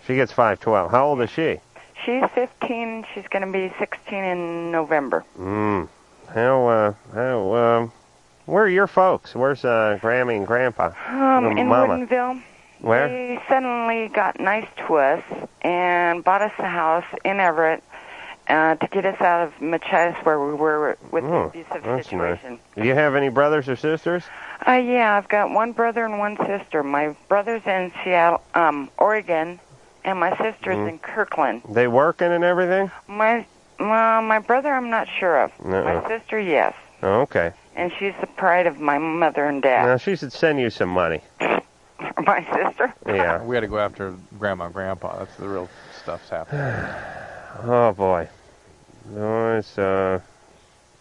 She gets five twelve. How old is she?
She's fifteen. She's going to be sixteen in November.
Mm. How uh how um where are your folks? Where's uh Grammy and Grandpa?
Um,
And
in
Mama.
Woodinville,
Where?
they suddenly got nice to us and bought us a house in Everett uh, to get us out of Machias where we were with
Oh,
the abusive
that's
situation.
Nice. Do you have any brothers or sisters?
Uh, yeah, I've got one brother and one sister. My brother's in Seattle, um, Oregon, and my sister's
Mhm.
in Kirkland.
They working and everything?
My uh, my brother, I'm not sure of. My
Uh-uh.
sister, yes,
Oh, okay.
and she's the pride of my mother and dad.
Now she should send you some money.
my sister.
Yeah.
We had to go after grandma and grandpa. That's the real stuff's happening.
Oh boy. No, it's uh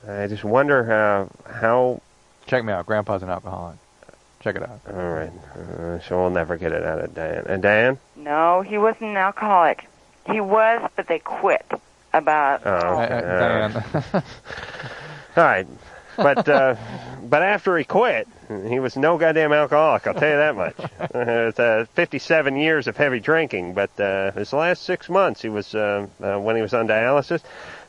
I just wonder uh, how
Check me out. Grandpa's an alcoholic. Check it out.
all right. Uh, so we'll never get it out of Dan. And Dan?
No, he wasn't an alcoholic. He was, but they quit about.
Oh, okay.
Dan.
All right. But uh, but after he quit, he was no goddamn alcoholic. I'll tell you that much. Uh, it's, uh, 57 years of heavy drinking, but uh, his last six months, he was uh, uh, when he was on dialysis,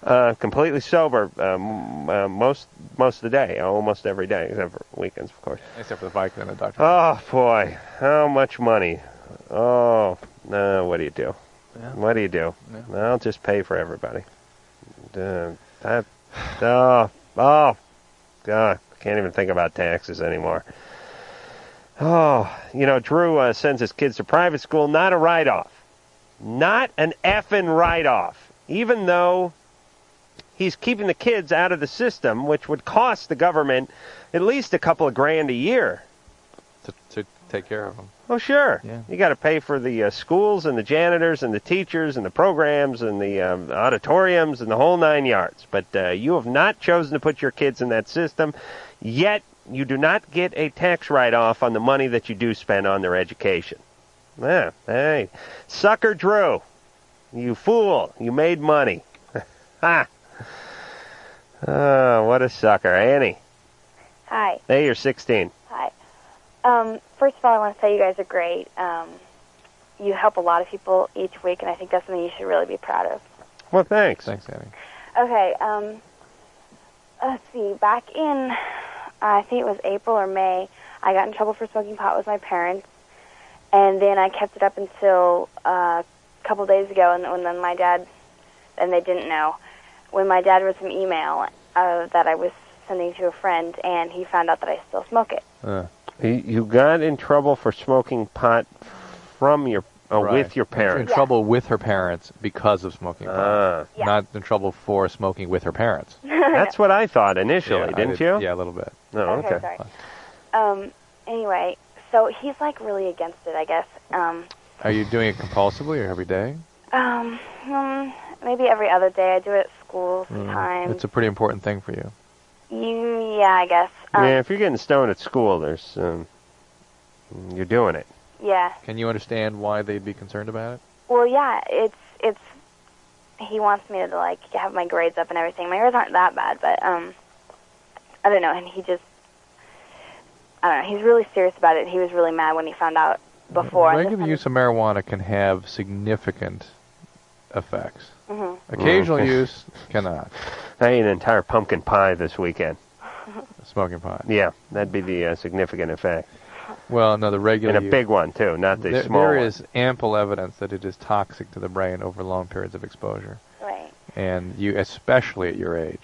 uh, completely sober um, uh, most most of the day, almost every day, except for weekends, of course.
Except for the bike and the doctor.
Oh boy, how much money? Oh, no, what do you do?
Yeah.
What do you do?
Yeah.
I'll just pay for everybody. Duh, that, oh, oh, God, I can't even think about taxes anymore. Oh, you know, Drew uh, sends his kids to private school, not a write off. Not an effing write off. Even though he's keeping the kids out of the system, which would cost the government at least a couple of grand a year.
To, to take care of him.
Oh, sure.
Yeah.
You got to pay for the uh, schools and the janitors and the teachers and the programs and the um, auditoriums and the whole nine yards. But uh, you have not chosen to put your kids in that system, yet you do not get a tax write off on the money that you do spend on their education. Yeah, hey. Sucker Drew, you fool. You made money. ha! Oh, what a sucker. Annie,
Hi.
hey, you're 16.
Hi. Um, first of all, I want to say you guys are great. Um, you help a lot of people each week, and I think that's something you should really be proud of.
Well, thanks.
Thanks, Annie.
Okay. Um, let's see. Back in, uh, I think it was April or May, I got in trouble for smoking pot with my parents, and then I kept it up until uh, a couple days ago, and when then my dad, and they didn't know, when my dad wrote some email uh, that I was sending to a friend, and he found out that I still smoke it.
Uh. You- You got in trouble for smoking pot from your uh,
Right.
with your
In
parents.
trouble with her parents because of smoking. pot. Not in trouble for smoking with her parents.
That's what I thought initially,
Yeah, I
didn't
did-
you?
Yeah, a little bit.
No, okay.
sorry. Um, anyway, so he's like really against it, I guess. Um,
Are you doing it compulsively or every day?
um, um, maybe every other day. I do it at school sometimes.
It's Mm, a pretty important thing for you.
you, yeah, I guess. Um,
yeah, Uh, if you're getting stoned at school, there's um, you're doing it.
yeah.
Can you understand why they'd be concerned about it?
Well, yeah, it's it's. He wants me to like have my grades up and everything. My grades aren't that bad, but um, I don't know. And he just I don't know. He's really serious about it. He was really mad when he found out before. I
Regular use of marijuana can have significant effects.
Mhm.
Occasional
Mm.
use cannot.
I ate an entire pumpkin pie this weekend.
Smoking pot.
Yeah, that'd be the uh, significant effect.
Well, no, the regular
and a
use-
big one too, not the
there,
small.
there
one.
is ample evidence that it is toxic to the brain over long periods of exposure.
Right.
And you, especially at your age.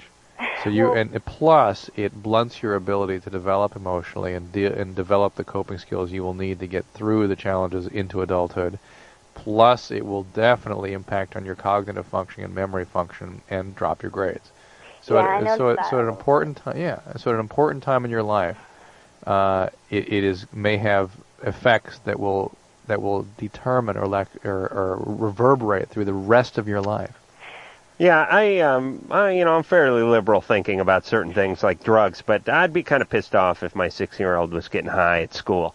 So you and plus it blunts your ability to develop emotionally and de- and develop the coping skills you will need to get through the challenges into adulthood. Plus, it will definitely impact on your cognitive function and memory function and drop your grades. So
Yeah, I
it,
noticed
so it,
that.
so at an important time, yeah. So at an important time in your life, uh, it, it is may have effects that will that will determine or lack or, or reverberate through the rest of your life.
Yeah, I, um, I, you know, I'm fairly liberal thinking about certain things like drugs, but I'd be kind of pissed off if my six-year-old was getting high at school.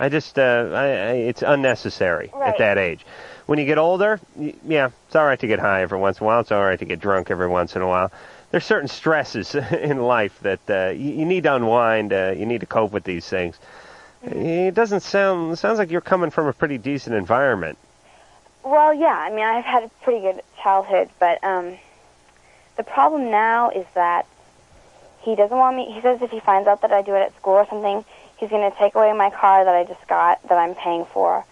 I just, uh, I, I, it's unnecessary at that age. When you get older, y- yeah, it's all right to get high every once in a while. It's all right to get drunk every once in a while. There's certain stresses in life that uh, you, you need to unwind. Uh, you need to cope with these things. It doesn't sound. It sounds like you're coming from a pretty decent environment.
Well, yeah. I mean, I've had a pretty good childhood, but um, the problem now is that he doesn't want me. He says if he finds out that I do it at school or something, he's going to take away my car that I just got that I'm paying for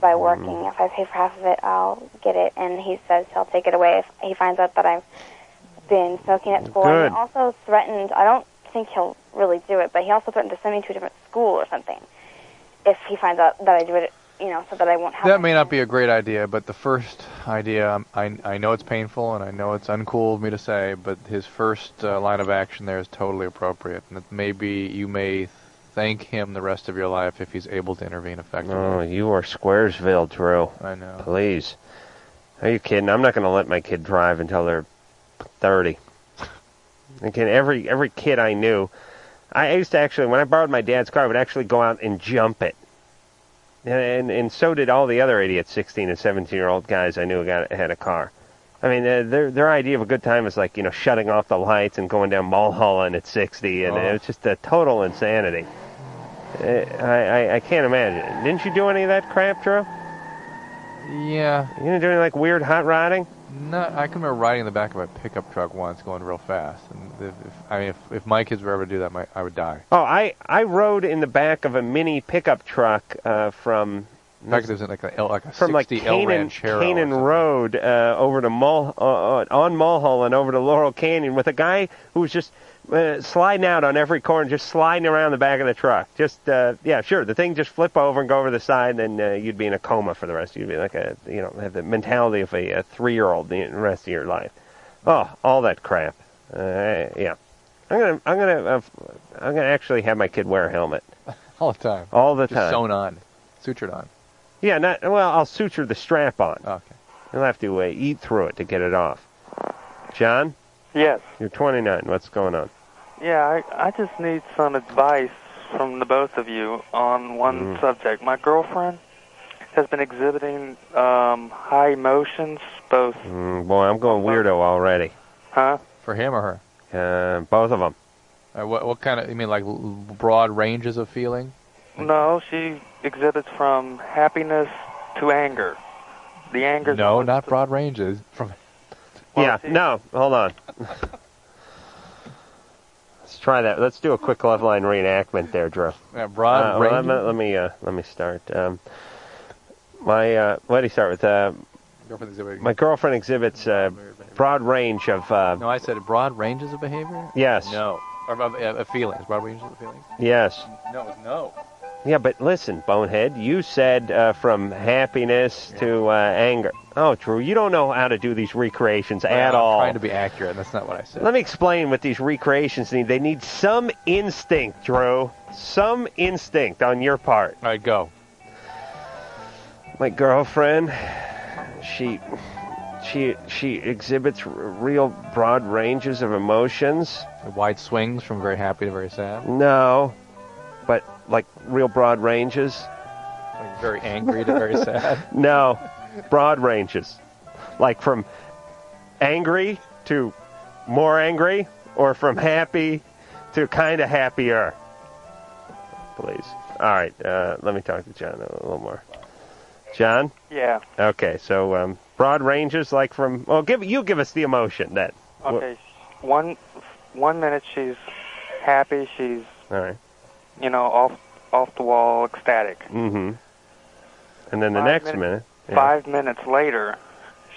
by working. If I pay for half of it, I'll get it, and he says he'll take it away if he finds out that I've been smoking at school.
Good.
And he also threatened. I don't think he'll really do it, but he also threatened to send me to a different school or something if he finds out that I do it. You know, so that I won't have.
That may not be a great idea, but the first idea, um, I, I know it's painful and I know it's uncool of me to say, but his first uh, line of action there is totally appropriate. And it may be, you may thank him the rest of your life if he's able to intervene effectively.
Oh, you are Squaresville, Drew.
I know.
Please. Are you kidding? I'm not going to let my kid drive until they're 30. Again, every every kid I knew, I I used to actually, when I borrowed my dad's car, I would actually go out and jump it. And and, and so did all the other idiot 16 and 17 year old guys I knew who got had a car. I mean, uh, their their idea of a good time is like you know shutting off the lights and going down Mulholland at 60, and
Uh-huh.
Oh.
it was just a total insanity. Uh, I, I I can't imagine. Didn't you do any of that crap, Drew?
Yeah.
You didn't do any like weird hot rodding?
No, I can remember riding in the back of a pickup truck once, going real fast. And if, if, I mean, if, if my kids were ever to do that, my, I would die.
Oh, I I rode in the back of a mini pickup truck uh, from
In fact, there's like a, L- like a
from like
60 El
Canaan,
Ranchero.
Canaan Road uh, over to Mul- uh, on Mulholland over to Laurel Canyon with a guy who was just uh, sliding out on every corner, just sliding around the back of the truck. Just uh, yeah, sure. The thing just flip over and go over the side, and uh, you'd be in a coma for the rest. You'd be like a you know have the mentality of a, a three year old the rest of your life. Oh, all that crap. Uh, yeah, I'm gonna I'm gonna uh, I'm gonna actually have my kid wear a helmet.
All the time.
All the
Just
time.
sewn on, sutured on.
Yeah, not well. I'll suture the strap on.
Okay.
You'll have to uh, eat through it to get it off. John,
Yes.
you're 29. What's going on?
Yeah, I, I just need some advice from the both of you on one
Mm.
subject. My girlfriend has been exhibiting um, high emotions, both,
Mm, boy, I'm going weirdo already.
huh?
For him or her?
Uh, both of them.
Uh, what, what kind of, you mean like l- broad ranges of feeling?
No, she exhibits from happiness to anger. The anger.
No, not broad ranges. From
yeah. No, hold on. Let's try that. Let's do a quick left line reenactment there, Drew.
Yeah, broad
Uh, well, let
range.
me let me, uh, let me start. Um, my uh, what do you start with? Uh,
Girlfriend exhibiting-
my girlfriend exhibits uh, broad range of uh,
No, I said broad ranges of behavior.
Yes.
No. Or of, uh, of feelings. Broad ranges of feelings.
yes.
No, no.
Yeah, but listen, Bonehead, you said uh, from happiness to uh, anger. Oh, Drew, you don't know how to do these recreations at
I'm
all.
Trying to be accurate, and that's not what I said.
Let me explain what these recreations need. They need some instinct, Drew. Some instinct on your part.
All right, go.
My girlfriend, she, she, she exhibits r- real broad ranges of emotions.
Wide swings from very happy to very sad.
No, but like real broad ranges.
Like very angry to very sad.
No, broad ranges, like from angry to more angry, or from happy to kind of happier. please. All right, uh, let me talk to John a little more. John.
Yeah.
Okay, so um, broad ranges, like from well, give you give us the emotion then. Wha-
Okay. One one minute she's happy, she's
All right.
you know off off the wall, ecstatic.
Mm-hmm. And then the
Five
next
minutes-
minute. yeah.
Five minutes later,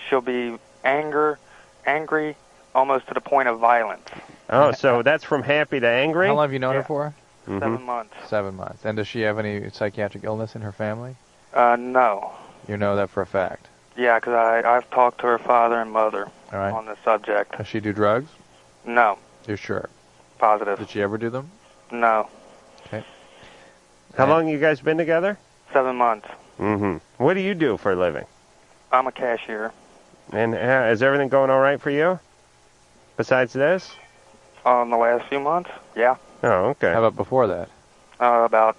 she'll be anger, angry, almost to the point of violence.
Oh, so that's from happy to angry. Mm-hmm.
How long have you known her for?
Seven months.
Seven months. And does she have any psychiatric illness in her family?
Uh, no.
You know that for a fact.
Yeah, 'cause I I've talked to her father and mother
All right.
on the subject.
Does she do drugs?
No,
You're sure?
positive.
Did she ever do them?
No,
How long you guys been together?
seven months.
Mm-hmm. What do you do for a living?
I'm a cashier.
And uh, is everything going all right for you? Besides this?
On the last few months, yeah.
Oh, okay. How
about before that?
Uh, about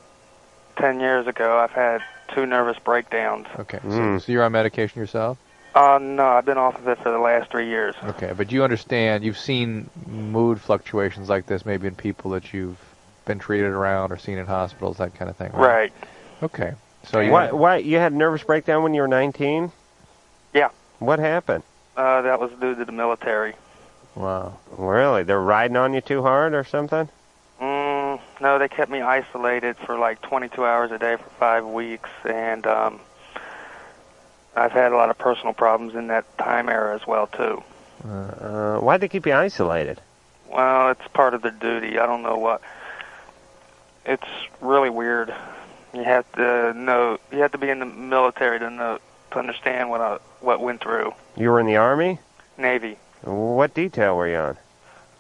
ten years ago, I've had two nervous breakdowns.
Okay.
Mm.
So, so you're on medication yourself?
Uh, no, I've been off of it for the last three years.
Okay. But you understand, you've seen mood fluctuations like this maybe in people that you've been treated around or seen in hospitals, that kind of thing.
Right.
Okay. So you
why, why you had a nervous breakdown when you were 19?
Yeah.
What happened?
Uh, that was due to the military.
Wow.
Really? They're riding on you too hard or something?
Mm, no, they kept me isolated for like 22 hours a day for five weeks, and um, I've had a lot of personal problems in that time era as well too.
Uh, why'd they keep you isolated?
Well, it's part of the duty. I don't know what. It's really weird. You have to know. You have to be in the military to know to understand what I what went through.
You were in the army?
Navy,
What detail were you on?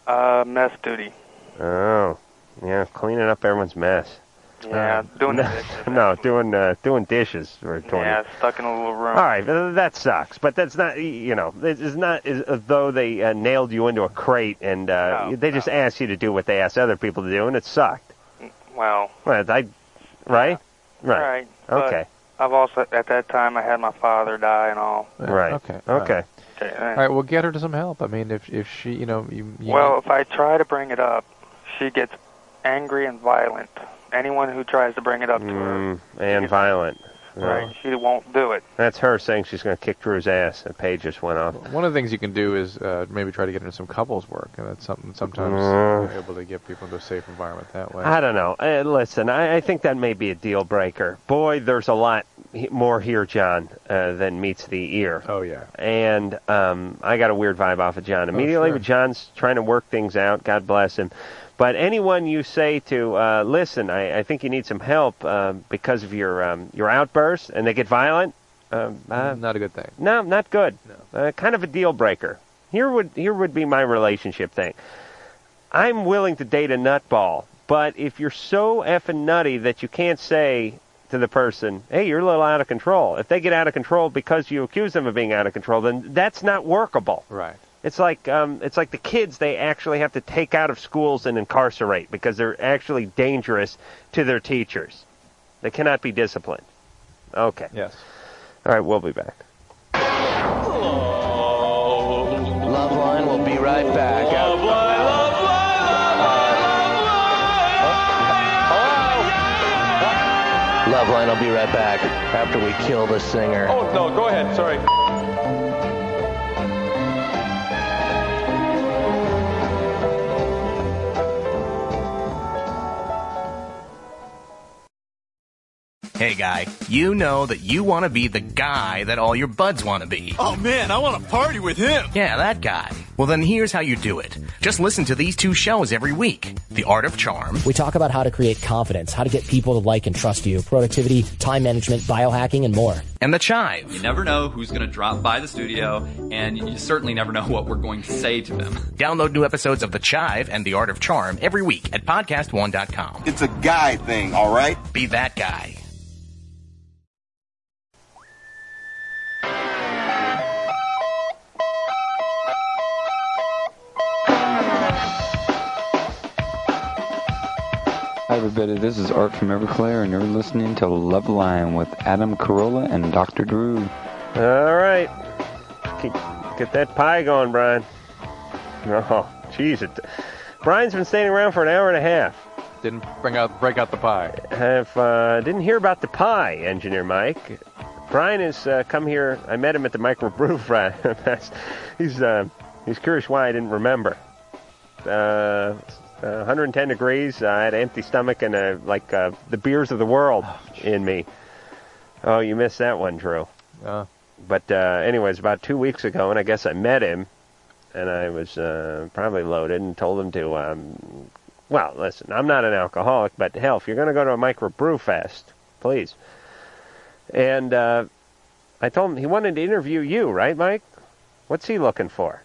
uh, mess duty.
Oh, yeah, cleaning up everyone's mess.
Yeah, doing
no,
the dishes,
no, doing uh, doing dishes for twenty.
Yeah, stuck in a little room.
All right, but that sucks. But that's not, you know, it's not as though they uh, nailed you into a crate and uh, they just asked you to do what they asked other people to do, and it sucked.
Well,
Well, I, right, right,
right. but
okay,
I've also at that time I had my father die and all.
right,
Okay. all
okay.
Okay.
All right. Well, get her to some help. I mean, if if she, you know, you, you
Well, if I try to bring it up, she gets angry and violent. Anyone who tries to bring it up to her,
Mm, and violent.
right, she won't do it.
That's her saying she's going to kick Drew's ass. The page just went off.
One of the things you can do is uh, maybe try to get into some couples work, and that's something sometimes
Mm.
you're able to get people into a safe environment that way.
I don't know. Uh, listen, I, I think that may be a deal breaker. Boy, there's a lot he- more here, John, uh, than meets the ear.
Oh yeah. Oh,
And um, I got a weird vibe off of John immediately.
sure.
But John's trying to work things out. God bless him. But anyone you say to uh, listen, I, I think you need some help uh, because of your um, your outbursts, and they get violent. Um, uh,
not a good thing.
No, not good. Uh, kind of a deal breaker. Here would here would be my relationship thing. I'm willing to date a nutball, but if you're so effing nutty that you can't say to the person, hey, you're a little out of control, if they get out of control because you accuse them of being out of control, then that's not workable.
Right.
It's like um, it's like the kids they actually have to take out of schools and incarcerate because they're actually dangerous to their teachers. They cannot be disciplined. Okay.
Yes.
All right, we'll be back.
Loveline will be right back. Loveline will be right back after we kill the singer.
Oh, no, go ahead. Sorry.
Hey guy, you know that you want to be the guy that all your buds want to be.
Oh man, I want to party with him.
Yeah, that guy. Well, then here's how you do it. Just listen to these two shows every week The Art of Charm.
We talk about how to create confidence, how to get people to like and trust you, productivity, time management, biohacking, and more.
And the chive.
You never know who's going to drop by the studio, and you certainly never know what we're going to say to them.
Download new episodes of The Chive and The Art of Charm every week at podcast1.com. It's a guy thing, all right? Be that guy.
Hi, everybody. This is Art from Everclear, and you're listening to Love Line with Adam Carolla and Dr. Drew.
All right. Keep, get that pie going, Brian. Oh, jeez. it- Brian's been standing around for an hour and a half.
Didn't bring out break out the pie.
Have uh, didn't hear about the pie, Engineer Mike. Brian has uh, come here. I met him at the microbrew fest. he's uh, he's curious why I didn't remember. Uh, uh, 110 degrees. I had an empty stomach and uh like uh, the beers of the world in me. Oh, you missed that one, Drew. But uh, anyways, about two weeks ago, and I guess I met him, and I was uh, probably loaded, and told him to. Um, well, listen, I'm not an alcoholic, but hell, if you're going to go to a microbrew fest, please. And uh, I told him he wanted to interview you, right, Mike? What's he looking for?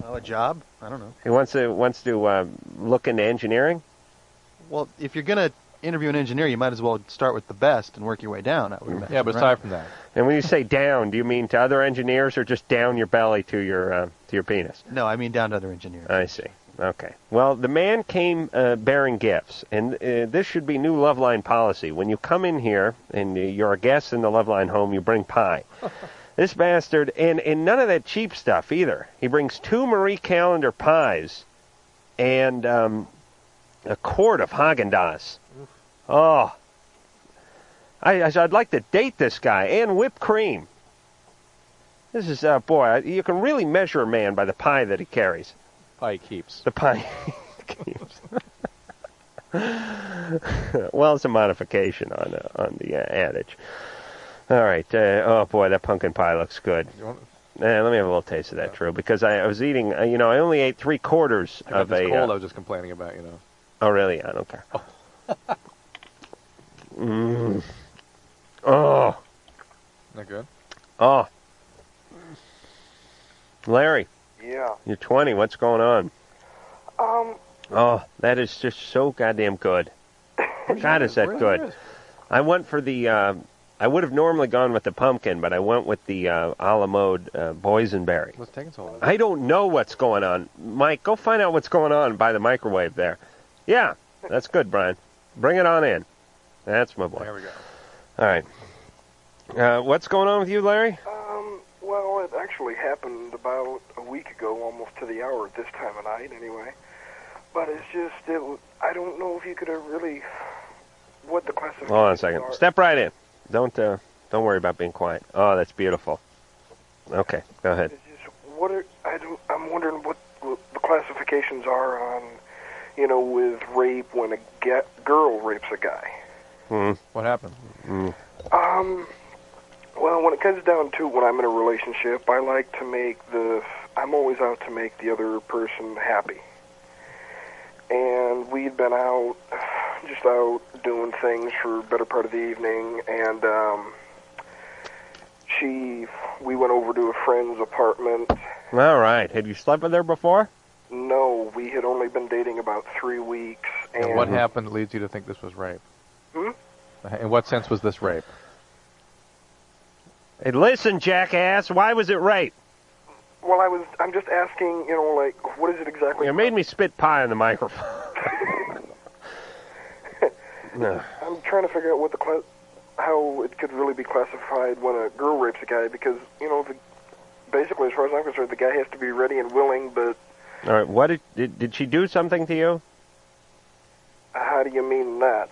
Well, Oh, a job? I don't know.
He wants to wants to uh, look into engineering.
Well, if you're gonna interview an engineer, you might as well start with the best and work your way down. I would imagine.
Yeah, but aside from
that,
And when you say down, do you mean to other engineers or just down your belly to your uh, to your penis?
no, I mean down to other engineers.
I see. Okay. Well, the man came uh, bearing gifts, and uh, this should be new Loveline policy. When you come in here and uh, you're a guest in the Loveline home, you bring pie. this bastard, and, and none of that cheap stuff either. He brings two Marie Calendar pies and um, a quart of Haagen Dazs. Oh, I, I, I'd like to date this guy and whipped cream. This is uh, boy, I- you can really measure a man by the pie that he carries.
Pie keeps.
The pie keeps. well, it's a modification on uh, on the uh, adage. All right. Uh, oh boy, that pumpkin pie looks good. Eh, let me have a little taste of that, Drew, because I, I was eating. Uh, you know, I only ate three quarters
I got
of
this
a.
cold
uh,
I was just complaining about, you know.
Oh, really? I don't care. mm. Oh,
Not good.
oh. Larry.
Yeah.
You're 20. What's going on?
Um,
Oh, that is just so goddamn good. God, is that
Really
good?
is.
I went for the. Uh, I would have normally gone with the pumpkin, but I went with the uh, a la mode uh, boysenberry.
What's taking so long?
I don't know what's going on. Mike, go find out what's going on by the microwave there. Yeah, that's good, Brian. Bring it on in. That's my boy. There we go. All right. Uh, what's going on with you, Larry?
um, well, it actually happened about a week ago, almost to the hour at this time of night, anyway. But it's just, it, w- I don't know if you could have really, what the classification
Hold on a second.
are.
Step right in. Don't uh, don't worry about being quiet. Oh, that's beautiful. Okay, go ahead.
What are, I don't, I'm wondering what w- the classifications are on, you know, with rape when a ga- girl rapes a guy.
Hmm.
What happened?
Um, well, when it comes down to when I'm in a relationship, I like to make the I'm always out to make the other person happy. And we'd been out, just out doing things for better part of the evening, and um, she, we went over to a friend's apartment.
All right. Had you slept with her before?
No, we had only been dating about three weeks, and,
And what happened that leads you to think this was rape?
Hmm?
In what sense was this rape?
Hey, listen, jackass. Why was it rape?
Well, I was, I'm just asking, you know, like, what is it exactly?
You made me spit pie on the microphone. no.
I'm trying to figure out what the cla- how it could really be classified when a girl rapes a guy because you know the, basically as far as I'm concerned the guy has to be ready and willing but
All right. What did, did did she do something to you?
how do you mean that?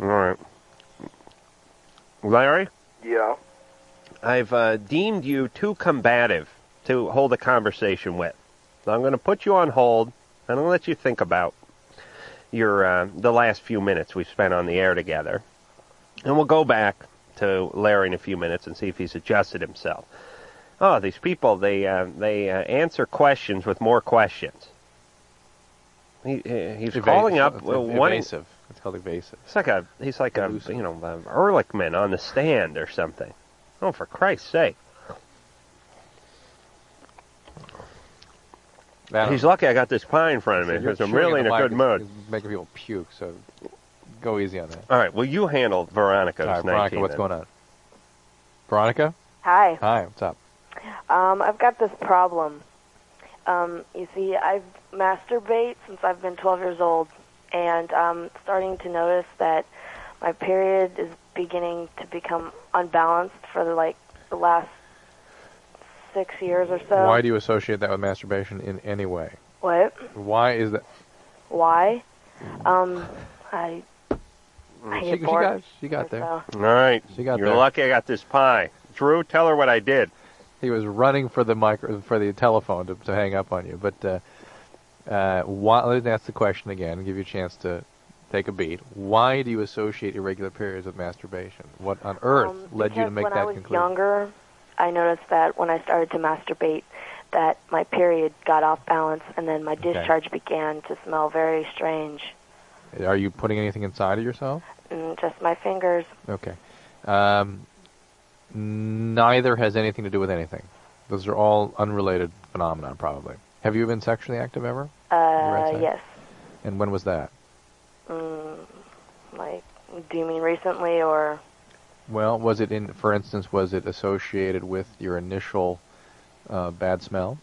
All right. Larry,
Yeah.
I've uh, deemed you too combative to hold a conversation with. So I'm going to put you on hold, and I'm going to let you think about your uh, the last few minutes we spent on the air together, and we'll go back to Larry in a few minutes and see if he's adjusted himself. Oh, these people they uh, they uh, answer questions with more questions. He, uh, he's
Eva-
calling up
it's
uh,
ev-
one.
evasive. It's called evasive.
It's like a he's like a you know a Ehrlichman on the stand or something. Oh, for Christ's sake! He's lucky I got this pie in front of me
You're
because I'm
chewing
really in
the
a good
mic,
mood.
it's- it's Making people puke, so go easy on that.
All right, well you handle Veronica's
All right,
19.
Veronica, what's
then.
going on? Veronica?
Hi.
Hi, what's up?
Um, I've got this problem. Um, you see, I've masturbate since I've been 12 years old, and I'm starting to notice that my period is beginning to become unbalanced for the, like the last six years or so.
Why do you associate that with masturbation in any way?
What?
Why is that?
Why? Um, I, I
Mm. She,
get
she
bored.
got, she got there.
All right.
She got
You're
there.
lucky I got this pie. Drew, tell her what I did.
He was running for the micro for the telephone to, to hang up on you. But uh, uh, why, let me ask the question again and give you a chance to take a beat. Why do you associate irregular periods with masturbation? What on earth led you to
Um, Because
make
when
that
I was
conclusion?
younger, I noticed that when I started to masturbate, that my period got off balance, and then my
Okay.
discharge began to smell very strange,
Are you putting anything inside of yourself?
and just my fingers.
Okay. Um, neither has anything to do with anything. Those are all unrelated phenomena, probably. Have you been sexually active ever? Your
Uh,
outside?
yes.
And when was that?
Mm, like, do you mean recently or?
Well, was it in, for instance, was it associated with your initial uh, bad smell?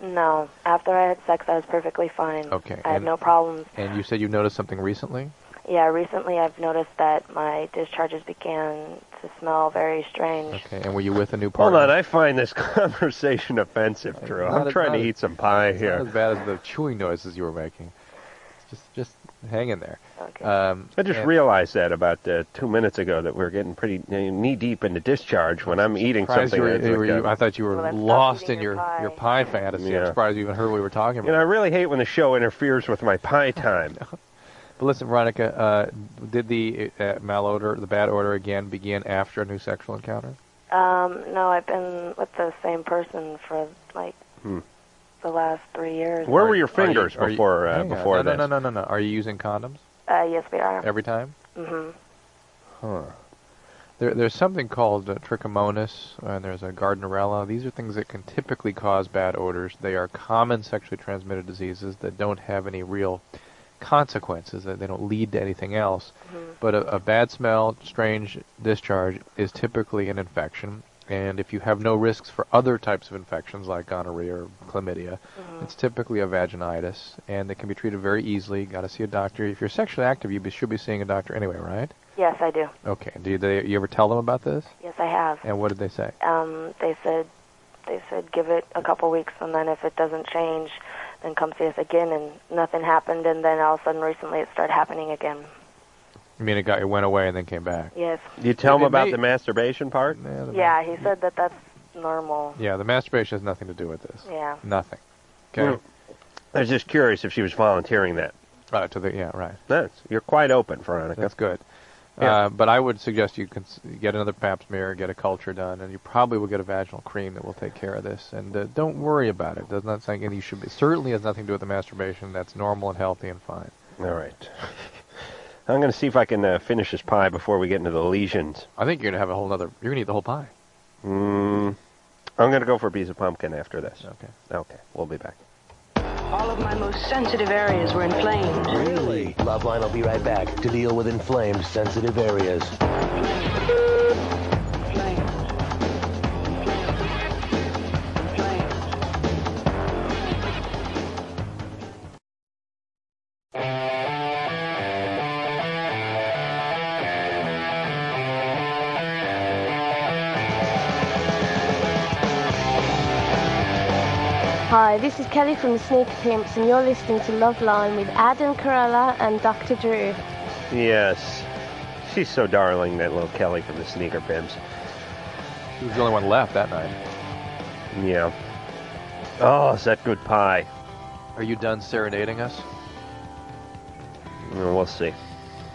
No. After I had sex, I was perfectly fine.
Okay,
I had
and-
no problems.
And you said you noticed something recently?
Yeah, recently I've noticed that my discharges began to smell very strange.
Okay, and were you with a new
Hold
partner?
on, I find this conversation offensive, Drew.
Not
I'm
as
trying
bad
to
as-
eat some pie
it's not
here.
as bad as the chewing noises you were making. Just, just hang in there. Um,
I just
and-
realized that about uh, two minutes ago that we are getting pretty knee deep into discharge when I'm eating
surprised
something.
you were-
that's
you were-
like, uh,
you- I thought you were
Well, that's not
lost
eating
in
your
your
pie.
your pie fantasy. I'm
Yeah.
surprised you even heard what we were talking about.
You know, I really hate when the show interferes with my pie time.
But listen, Veronica, uh, did the uh, malodor, the bad odor again, begin after a new sexual encounter?
Um, no, I've been with the same person for like
Hmm.
the last three years.
Where
Are-
were your
are you-
fingers
are you-
before uh,
hang on.
before
no,
this?
No, no, no, no, no. Are you using condoms
Uh, yes, we are.
every time?
hmm
Huh. There, there's something called uh, trichomonas, and there's a gardnerella. These are things that can typically cause bad odors. They are common sexually transmitted diseases that don't have any real consequences. That they don't lead to anything else. But a, a bad smell, strange discharge is typically an infection. And if you have no risks for other types of infections like gonorrhea or chlamydia, it's typically a vaginitis, and it can be treated very easily. Got to see a doctor. If you're sexually active, you be, should be seeing a doctor anyway, right?
Yes, I do.
Okay. Do they, you ever tell them about this?
Yes, I have.
And what did they say?
Um, they said they said give it a couple weeks, and then if it doesn't change, then come see us again. And nothing happened, and then all of a sudden, recently, it started happening again.
You mean it got it went away and then came back?
Yes.
You tell them
It
about
may-
the masturbation part.
Yeah, the,
Yeah, he said that that's normal.
yeah, the masturbation has nothing to do with this.
Yeah.
Nothing. Okay.
I was just curious if she was volunteering that.
Right Uh, to the yeah right.
That's you're quite open, Veronica.
That's good.
Yeah.
Uh, but I would suggest you cons- get another pap smear, get a culture done, and you probably will get a vaginal cream that will take care of this. And uh, don't worry about it. Does not saying and you should be, certainly has nothing to do with the masturbation. That's normal and healthy and fine.
All right. I'm going to see if I can uh, finish this pie before we get into the lesions.
I think you're gonna have a whole other. You're gonna eat the whole pie.
Mm, I'm going to go for a piece of pumpkin after this.
Okay.
Okay. We'll be back.
All of my most sensitive areas were inflamed.
Really? Loveline will be right back to deal with inflamed, sensitive areas.
Hi, this is Kelly from the Sneaker Pimps, and you're listening to Love Line with Adam Carolla and Dr. Drew.
Yes. She's so darling, that little Kelly from the Sneaker Pimps.
She was the only one left that night.
Yeah. Oh, is that good pie?
Are you done serenading us?
Well, We'll see.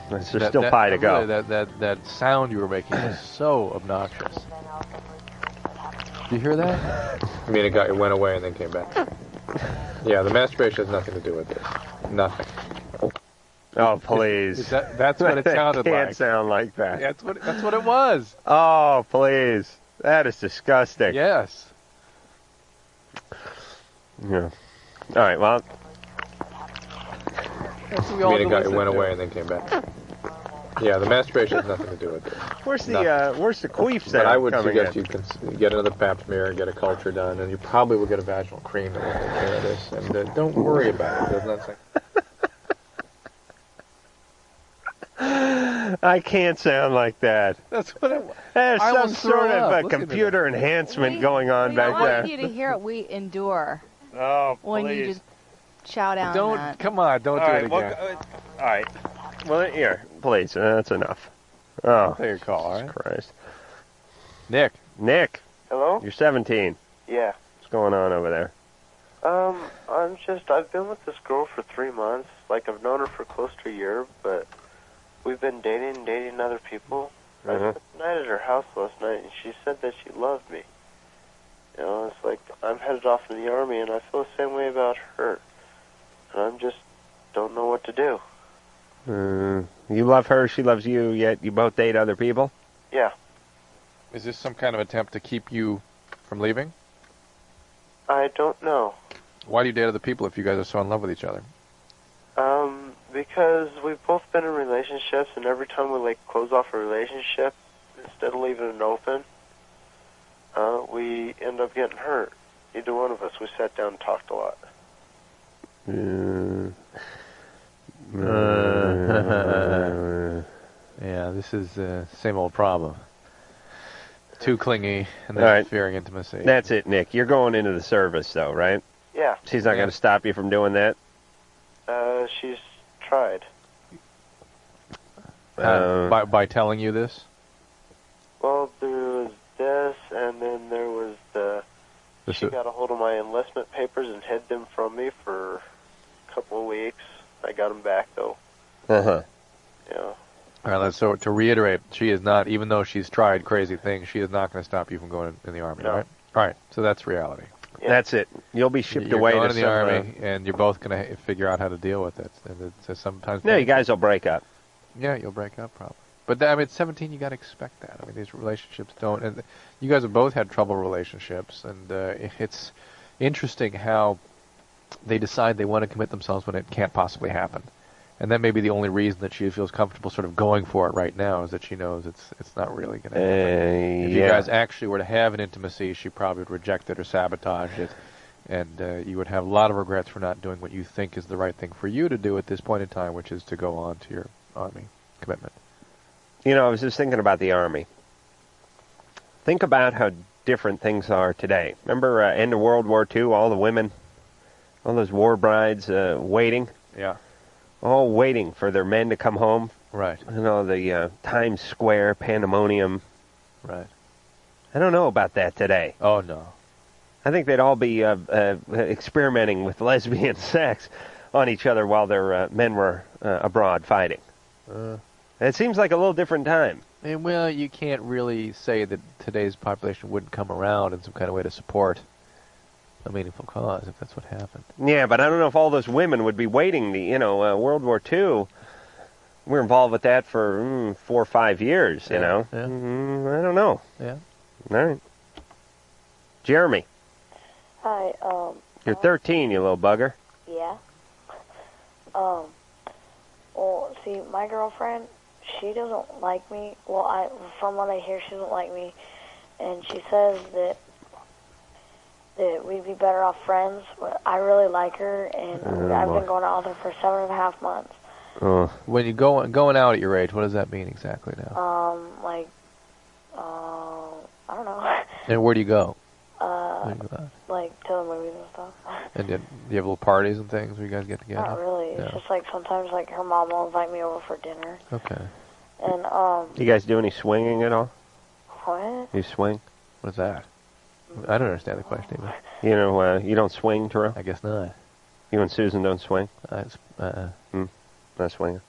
There's
That-
still
that-
pie to
really,
go.
that, that that sound you were making was so obnoxious. Do you hear that? I mean, it got it went away and then came back. Yeah, the masturbation has nothing to do with this. Nothing.
Oh, please.
is that- that's what it sounded
can't
like.
sound like that.
That's what that's what it was.
Oh, please. That is disgusting.
Yes.
Yeah. All right, well,
That's what
I mean, it got- it
listened
went
to.
away and then came back.
Yeah, the masturbation has nothing to do with it.
where's the
Nothing.
uh, where's the queef sound
But I would
coming
suggest
in?
you cons- get another pap smear, get a culture done, and you probably will get a vaginal cream that will take care of this. And uh, don't worry about it. There's nothing.
I can't sound like that.
That's what it was.
There's
I
some
almost threw
sort
up.
of a
Listen to
computer enhancement going on
we
back
want
there.
you to hear what we endure
Oh,
when you
please.
just shout out.
Don't
that.
come on, don't
All
do
right,
it
well, uh,
again.
all right. Well, here, please. Uh, that's enough. Oh,
there you go. All right.
Christ. Nick. Nick.
Hello?
You're 17.
Yeah.
What's going on over there?
Um, I'm just, I've been with this girl for three months. Like, I've known her for close to a year, but we've been dating and dating other people.
Uh-huh.
night at her house last night, and she said that she loved me. You know, it's like I'm headed off in the army, and I feel the same way about her. And I'm just don't know what to do.
Uh, you love her, she loves you, yet you both date other people?
Yeah,
Is this some kind of attempt to keep you from leaving?
I don't know.
Why do you date other people if you guys are so in love with each other?
Um, because we've both been in relationships, and every time we like close off a relationship, instead of leaving it open, uh, we end up getting hurt. Either one of us. We sat down and talked a lot.
Uh,
yeah, this is uh, same old problem. Too clingy and then
All right.
fearing intimacy.
That's it, Nick. You're going into the service, though, right?
Yeah.
She's not going to stop you from doing that?
Uh, she's tried.
Uh, by by telling you this.
Well, there was this, and then there was the.
This
she
is-
got a hold of my enlistment papers and hid them from me for a couple of weeks. I got them back though.
Uh huh.
Yeah.
All right. let's- So to reiterate, she is not, even though she's tried crazy things, she is not going to stop you from going in the army,
No.
right? All right. So that's reality.
That's it. You'll be shipped
You're
away
going
to
to the
some, uh,
army, and you're both going to figure out how to deal with it. And it's, it's sometimes.
No, you guys will break up.
Yeah, you'll break up probably. But I mean, at 17, you got to expect that. I mean, these relationships don't. And you guys have both had trouble relationships, and uh, it's interesting how they decide they want to commit themselves when it can't possibly happen. And that may be the only reason that she feels comfortable sort of going for it right now is that she knows it's it's not really going to
Uh,
happen. if you
yeah.
guys actually were to have an intimacy, she probably would reject it or sabotage it, and uh, you would have a lot of regrets for not doing what you think is the right thing for you to do at this point in time, which is to go on to your army commitment.
You know, I was just thinking about the Army. Think about how different things are today. Remember, uh, end of World War II, all the women, all those war brides uh, waiting,
Yeah.
all waiting for their men to come home.
Right.
You know, the uh, Times Square pandemonium.
Right.
I don't know about that today.
Oh, no.
I think they'd all be uh, uh, experimenting with lesbian sex on each other while their uh, men were uh, abroad fighting.
Uh,
It seems like a little different time.
and well, you can't really say that today's population wouldn't come around in some kind of way to support a meaningful cause if that's what happened.
Yeah, but I don't know if all those women would be waiting. The you know uh, World War II. We were involved with that for mm, four or five years. You know. Mm, I don't know.
Yeah.
All right. Jeremy,
Hi, um,
you're 13, you little bugger.
yeah. Um, well, see, my girlfriend, she doesn't like me. Well, I, from what I hear, she doesn't like me. And she says that, that we'd be better off friends, but I really like her, and
Oh,
I've
boy.
been going out with her for seven and a half months.
When you go going out at your age, what does that mean exactly now?
Um, like, uh, I don't know.
And where do you go?
Uh,
Where do you go out?
like, to the movies and stuff.
And do do you have little parties and things where you guys get together?
Not really. It's
Yeah.
just like sometimes like her mom will invite me over for dinner,
Okay.
and um,
You guys do any swinging at all?
what?
You swing?
What's that? I don't understand the question either.
You know, uh, you don't swing, Terrell.
I guess not.
You and Susan don't swing.
I, uh,
mm, not a swinger.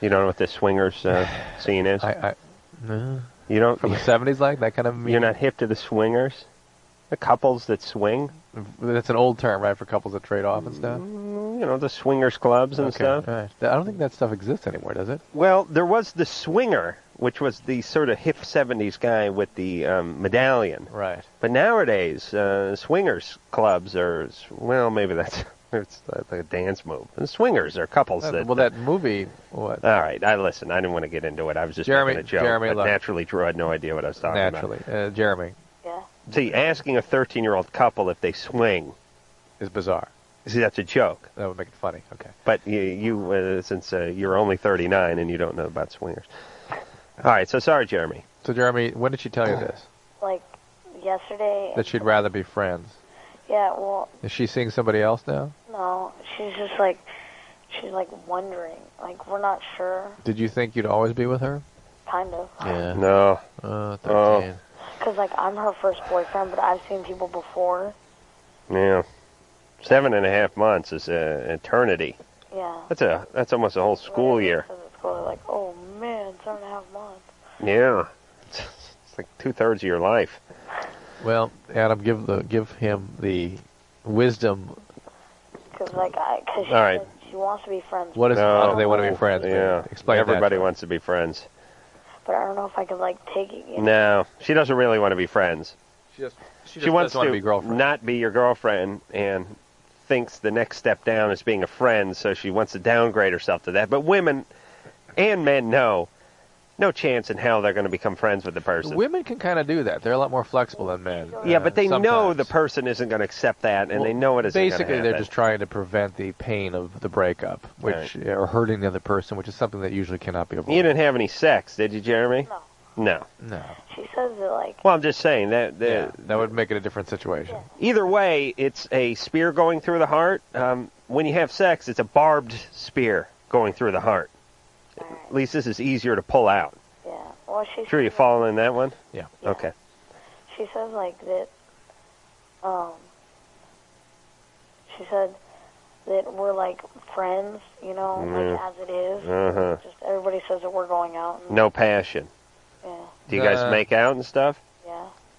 You don't know what the swingers uh, scene is.
I, I no.
You don't
From the 70s, like that kind of.
You're not hip to the swingers, the couples that swing.
That's an old term, right, for couples that trade off and stuff.
Mm, You know, the swingers clubs and
okay.
stuff.
all right. I don't think that stuff exists anymore, does it?
Well, there was the swinger, which was the sort of hip '70s guy with the um, medallion.
Right.
But nowadays, uh, swingers clubs are well, maybe that's it's like a dance move. And swingers are couples
Uh,
that.
well, that movie. What?
All right, I listen. I didn't want to get into it. I was just
Jeremy-
making a joke.
Jeremy,
but
look.
naturally, Drew had no idea what I was talking
Naturally,
about.
uh, Jeremy.
Yeah.
See, asking a 13-year-old couple if they swing
is bizarre.
See, that's a joke.
That would make it funny. Okay.
But you, you uh, since uh, you're only 39 and you don't know about swingers. All right, so sorry, Jeremy. Oh.
So, Jeremy, when did she tell you this?
Like yesterday,
That she'd rather be friends.
Yeah, well,
Is she seeing somebody else now?
no, she's just like, she's like wondering. Like, we're not sure,
Did you think you'd always be with her?
kind of.
Yeah.
No. Oh.
Uh, 13.
Because, like, I'm her first boyfriend, but I've seen people before.
Yeah. Seven and a half months is an eternity.
Yeah.
That's a that's almost a whole school year.
So they're like, oh man, seven and a half months.
Yeah. It's, it's like two thirds of your life.
Well, Adam, give the give him the wisdom.
Because, like, I, cause she,
All right.
said she wants to be friends.
What is
with
how
me,
do they want to be friends? Maybe
Oh, Yeah.
Explain that
Everybody
to her.
wants to be friends.
But I don't know if I could, like, take it. Yet.
No, she doesn't really want to be friends.
She just she,
wants
doesn't want to be girlfriend.
not be your girlfriend and thinks the next step down is being a friend, so she wants to downgrade herself to that. But women and men know no chance in hell they're going to become friends with the person.
Women can kind of do that. They're a lot more flexible than men. uh,
yeah, but they
sometimes.
know the person isn't going to accept that, and they
Well,
know it isn't. gonna
Basically, they're
happen.
just trying to prevent the pain of the breakup, which or hurting the other person, which is something that usually cannot be avoided.
You didn't have any sex, did you, Jeremy? No. No.
No.
She says that, like,
Well, I'm just saying that. that
That would make it a different situation.
Either way, it's a spear going through the heart. Um, when you have sex, it's a barbed spear going through the heart. At least this is easier to pull out.
yeah. Well, she
Sure, you following that one?
Yeah.
Okay.
She says like that. Um. She said that we're like friends, you know,
Mhm.
like as it is.
Uh-huh.
Just everybody says that we're going out. And,
No passion.
yeah.
Do you guys
Uh,
make out and stuff?
Yeah.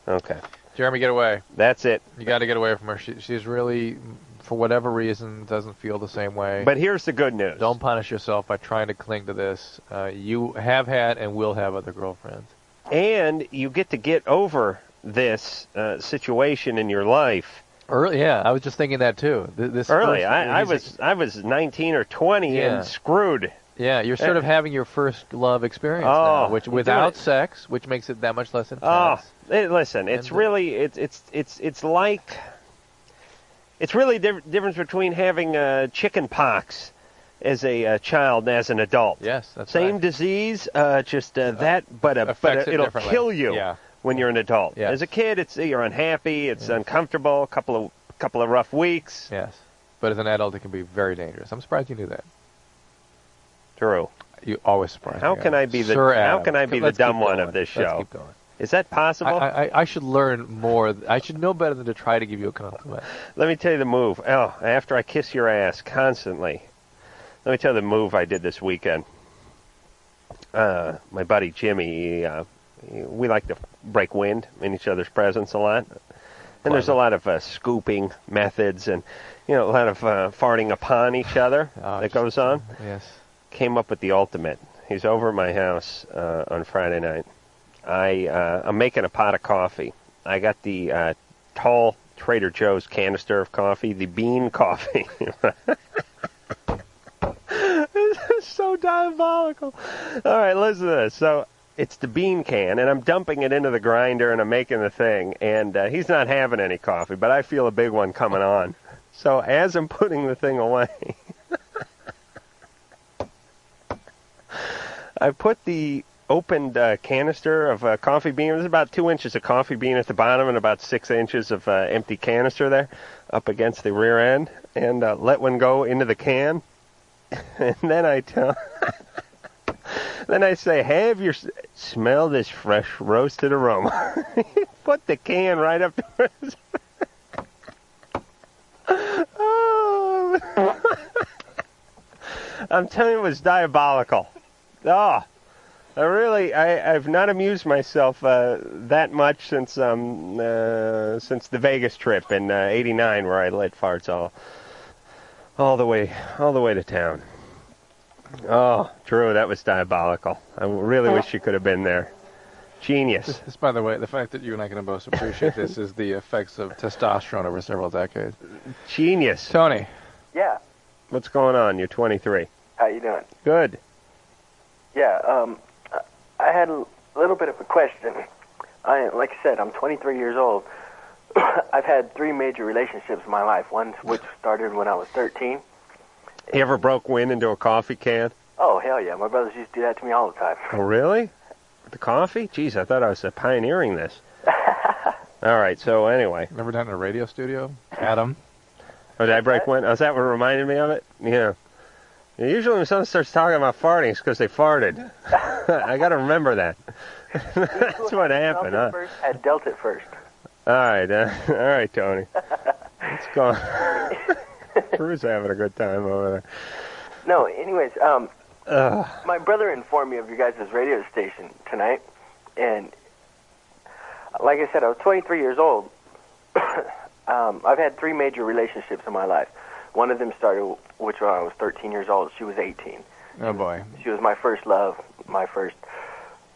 Okay.
Jeremy, get away.
That's it.
You got to get away from her. She, she's really, for whatever reason, doesn't feel the same way.
But here's the good news.
Don't punish yourself by trying to cling to this. Uh, you have had and will have other girlfriends.
And you get to get over this uh, situation in your life
Early, yeah, I was just thinking that too. Th- This
early.
first-
I, I
he's-
was I was 19 or 20
Yeah.
and screwed.
Yeah, you're sort of having your first love experience now,
Eh. Oh,
which
you do
without
it.
sex, which makes it that much less intense.
Oh, eh, listen, it's
And-
really it's it's it's it's like it's really the difference between having uh, chicken pox as a uh, child and as an adult.
Yes, that's
same disease, uh, just uh, that, but a, but
affects
a,
it
it'll
differently.
kill you
Yeah.
when you're an adult.
Yes.
As a kid, it's you're unhappy, it's uncomfortable, a couple of couple of rough weeks.
Yes, but as an adult, it can be very dangerous. I'm surprised you knew that.
Drew,
you always surprise.
How
me,
can
Adam.
I be the
Sir
how
Adam.
can I be the
Let's keep
dumb one of
going.
this
Let's
show?
keep going.
Is that
I,
possible?
I, I should learn more. I should know better than to try to give you a compliment.
Let me tell you the move. Oh, after I kiss your ass constantly. Let me tell you the move I did this weekend. Uh, my buddy Jimmy, he, uh, he- we like to break wind in each other's presence a lot. And there's a lot of uh, scooping methods and, you know, a lot of uh, farting upon each other that goes on.
Yes.
Came up with the ultimate. He's over at my house uh, on Friday night. I uh, I'm making a pot of coffee. I got the uh, tall Trader Joe's canister of coffee, the bean coffee. It's so diabolical. All right, listen to this. So it's the bean can, and I'm dumping it into the grinder, and I'm making the thing. And uh, he's not having any coffee, but I feel a big one coming on. So as I'm putting the thing away, I put the opened uh, canister of uh, coffee bean. There's about two inches of coffee bean at the bottom and about six inches of uh, empty canister there, up against the rear end, and uh, let one go into the can. and then I tell, then I say, "Have your smell this fresh roasted aroma." put the can right up to his. oh. I'm telling you, it was diabolical. Ah, I really, I, I've not amused myself uh, that much since um uh, since the Vegas trip in uh, '89, where I let farts all all the way all the way to town. Oh, Drew, that was diabolical. I really wish you could have been there. Genius.
This, by the way, the fact that you and I can both appreciate this is the effects of testosterone over several decades.
Genius.
Tony.
Yeah.
What's going on? You're 23.
How you doing?
Good.
Yeah. Um, I had a little bit of a question. I, like I said, I'm 23 years old. I've had three major relationships in my life. One which started when I was 13.
You ever broke wind into a coffee can?
Oh hell yeah! My brothers used to do that to me all the time.
Oh, really? The coffee? Jeez, I thought I was uh, pioneering this. All right. So anyway,
never done in a radio studio. Adam.
Oh, did I break one? Oh, is that what reminded me of it? Yeah. Usually when someone starts talking about farting, it's because they farted. I got to remember that. That's what happened, huh?
First, I dealt it first.
All right, uh, all right, Tony. Let's go. Drew's having a good time over
No, anyways, um,
there. Ugh.
my brother informed me of your guys' radio station tonight, and like I said, I was 23 years old. um, I've had three major relationships in my life. One of them started, w- which when I was 13 years old. She was 18.
Oh boy.
She was my first love, my first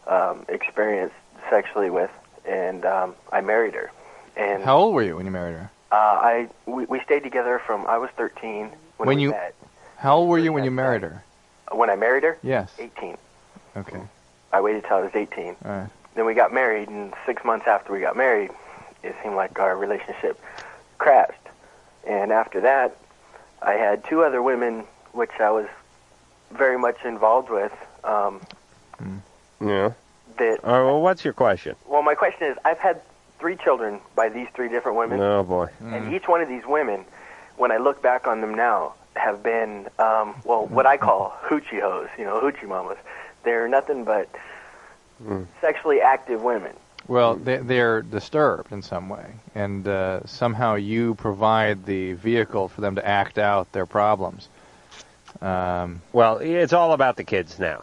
um, experience sexually with, and um, I married her. And
How old were you when you married her?
uh, I we, we stayed together from I was 13 when,
When
we
you-
met.
How old were you when you married her?
When I married her,
Yes.
18.
Okay.
I waited till I was 18.
All right.
Then we got married, and six months after we got married, it seemed like our relationship crashed. And after that, I had two other women, which I was very much involved with. Um,
Yeah.
that
All right, well, what's your question?
well, my question is, I've had three children by these three different women.
Oh, boy.
Mm.
And each one of these women, when I look back on them now, have been, um, well, what I call hoochie hoes, you know, hoochie mamas. They're nothing but
Mm.
sexually active women.
Well, they, they're disturbed in some way, and uh, somehow you provide the vehicle for them to act out their problems. Um,
well, it's all about the kids now.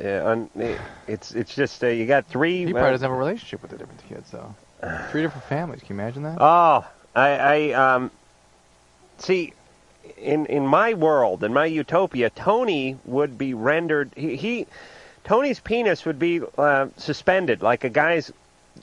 Yeah, un, it's it's just uh, you got three. uh,
He
well-
probably doesn't have a relationship with the different kids, though. Three different families. Can you imagine that?
Oh, I, I um, see, in in my world, in my utopia, Tony would be rendered. He, he Tony's penis would be uh, suspended, like a guy's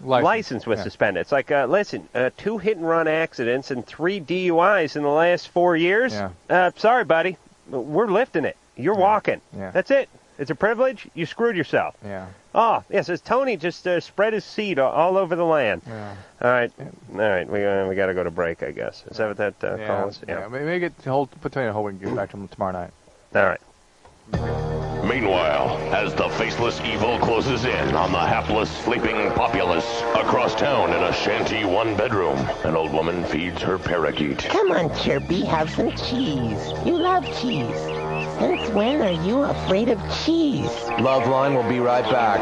license,
was
yeah.
suspended. It's like, uh, listen, uh, two hit and run accidents and three DUIs in the last four years.
Yeah.
Uh, sorry, buddy, we're lifting it. You're walking.
Yeah.
That's it. It's a privilege. You screwed yourself.
Yeah.
Oh, yes, as Tony just uh, spread his seed a- all over the land.
Yeah.
All right, all right, we uh, we got to go to break, I guess. Is that what that uh,
yeah,
call is?
yeah. Maybe maybe get to hold, put Tony on hold and get back to him tomorrow night.
All right.
Meanwhile, as the faceless evil closes in on the hapless sleeping populace, across town in a shanty one bedroom, an old woman feeds her parakeet.
Come on, Chirpy, have some cheese. You love cheese. Since when are you afraid of cheese?
Loveline will be right back.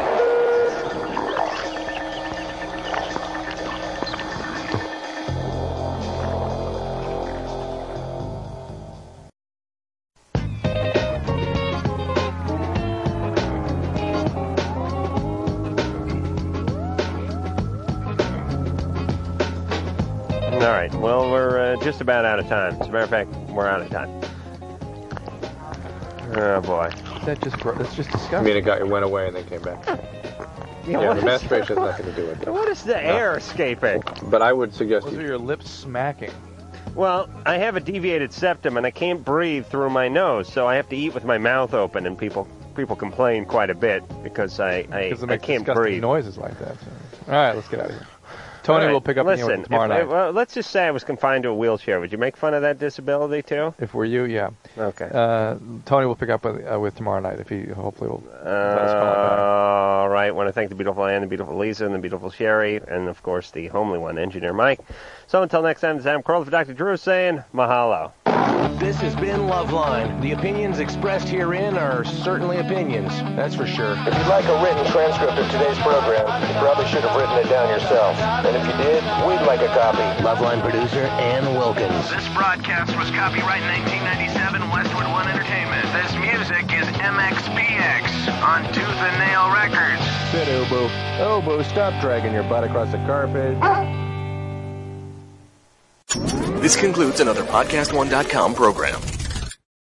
All right. Well, we're uh, just about out of time. As a matter of fact, we're out of time. Oh boy.
That just bro- that's just disgusting.
I mean, it got it went away and then came back.
Yeah,
Yeah,
what
the
is-
masturbation has nothing to do with it.
What is the air escaping?
But I would suggest
Those
you
are your lips smacking.
Well, I have a deviated septum and I can't breathe through my nose, so I have to eat with my mouth open, and people people complain quite a bit because I I,
Because
I
it makes
can't
disgusting
breathe.
noises like that. All right, let's get out of here. Tony
All right,
will pick up on you
Listen,
tomorrow
if-
night.
if- well, let's just say I was confined to a wheelchair. Would you make fun of that disability too?
If we're you, yeah.
Okay.
Uh, Tony will pick up with, uh, with tomorrow night if he hopefully will. let us call him back.
Uh, All right. Want to thank the beautiful Anne, the beautiful Lisa, and the beautiful Sherry, and of course the homely one, Engineer Mike. So until next time, this is Adam Carolla for Dr. Drew saying mahalo.
This has been Loveline. The opinions expressed herein are certainly opinions, that's for sure. If you'd like a written transcript of today's program, you probably should have written it down yourself. And if you did, we'd like a copy. Loveline producer Ann Wilkins.
This broadcast was copyright 1997 Westwood One Entertainment. This music is MXPX on Tooth and Nail Records.
Sit, Obo. Obo, stop dragging your butt across the carpet.
Ah!
This concludes another PodcastOne.com program.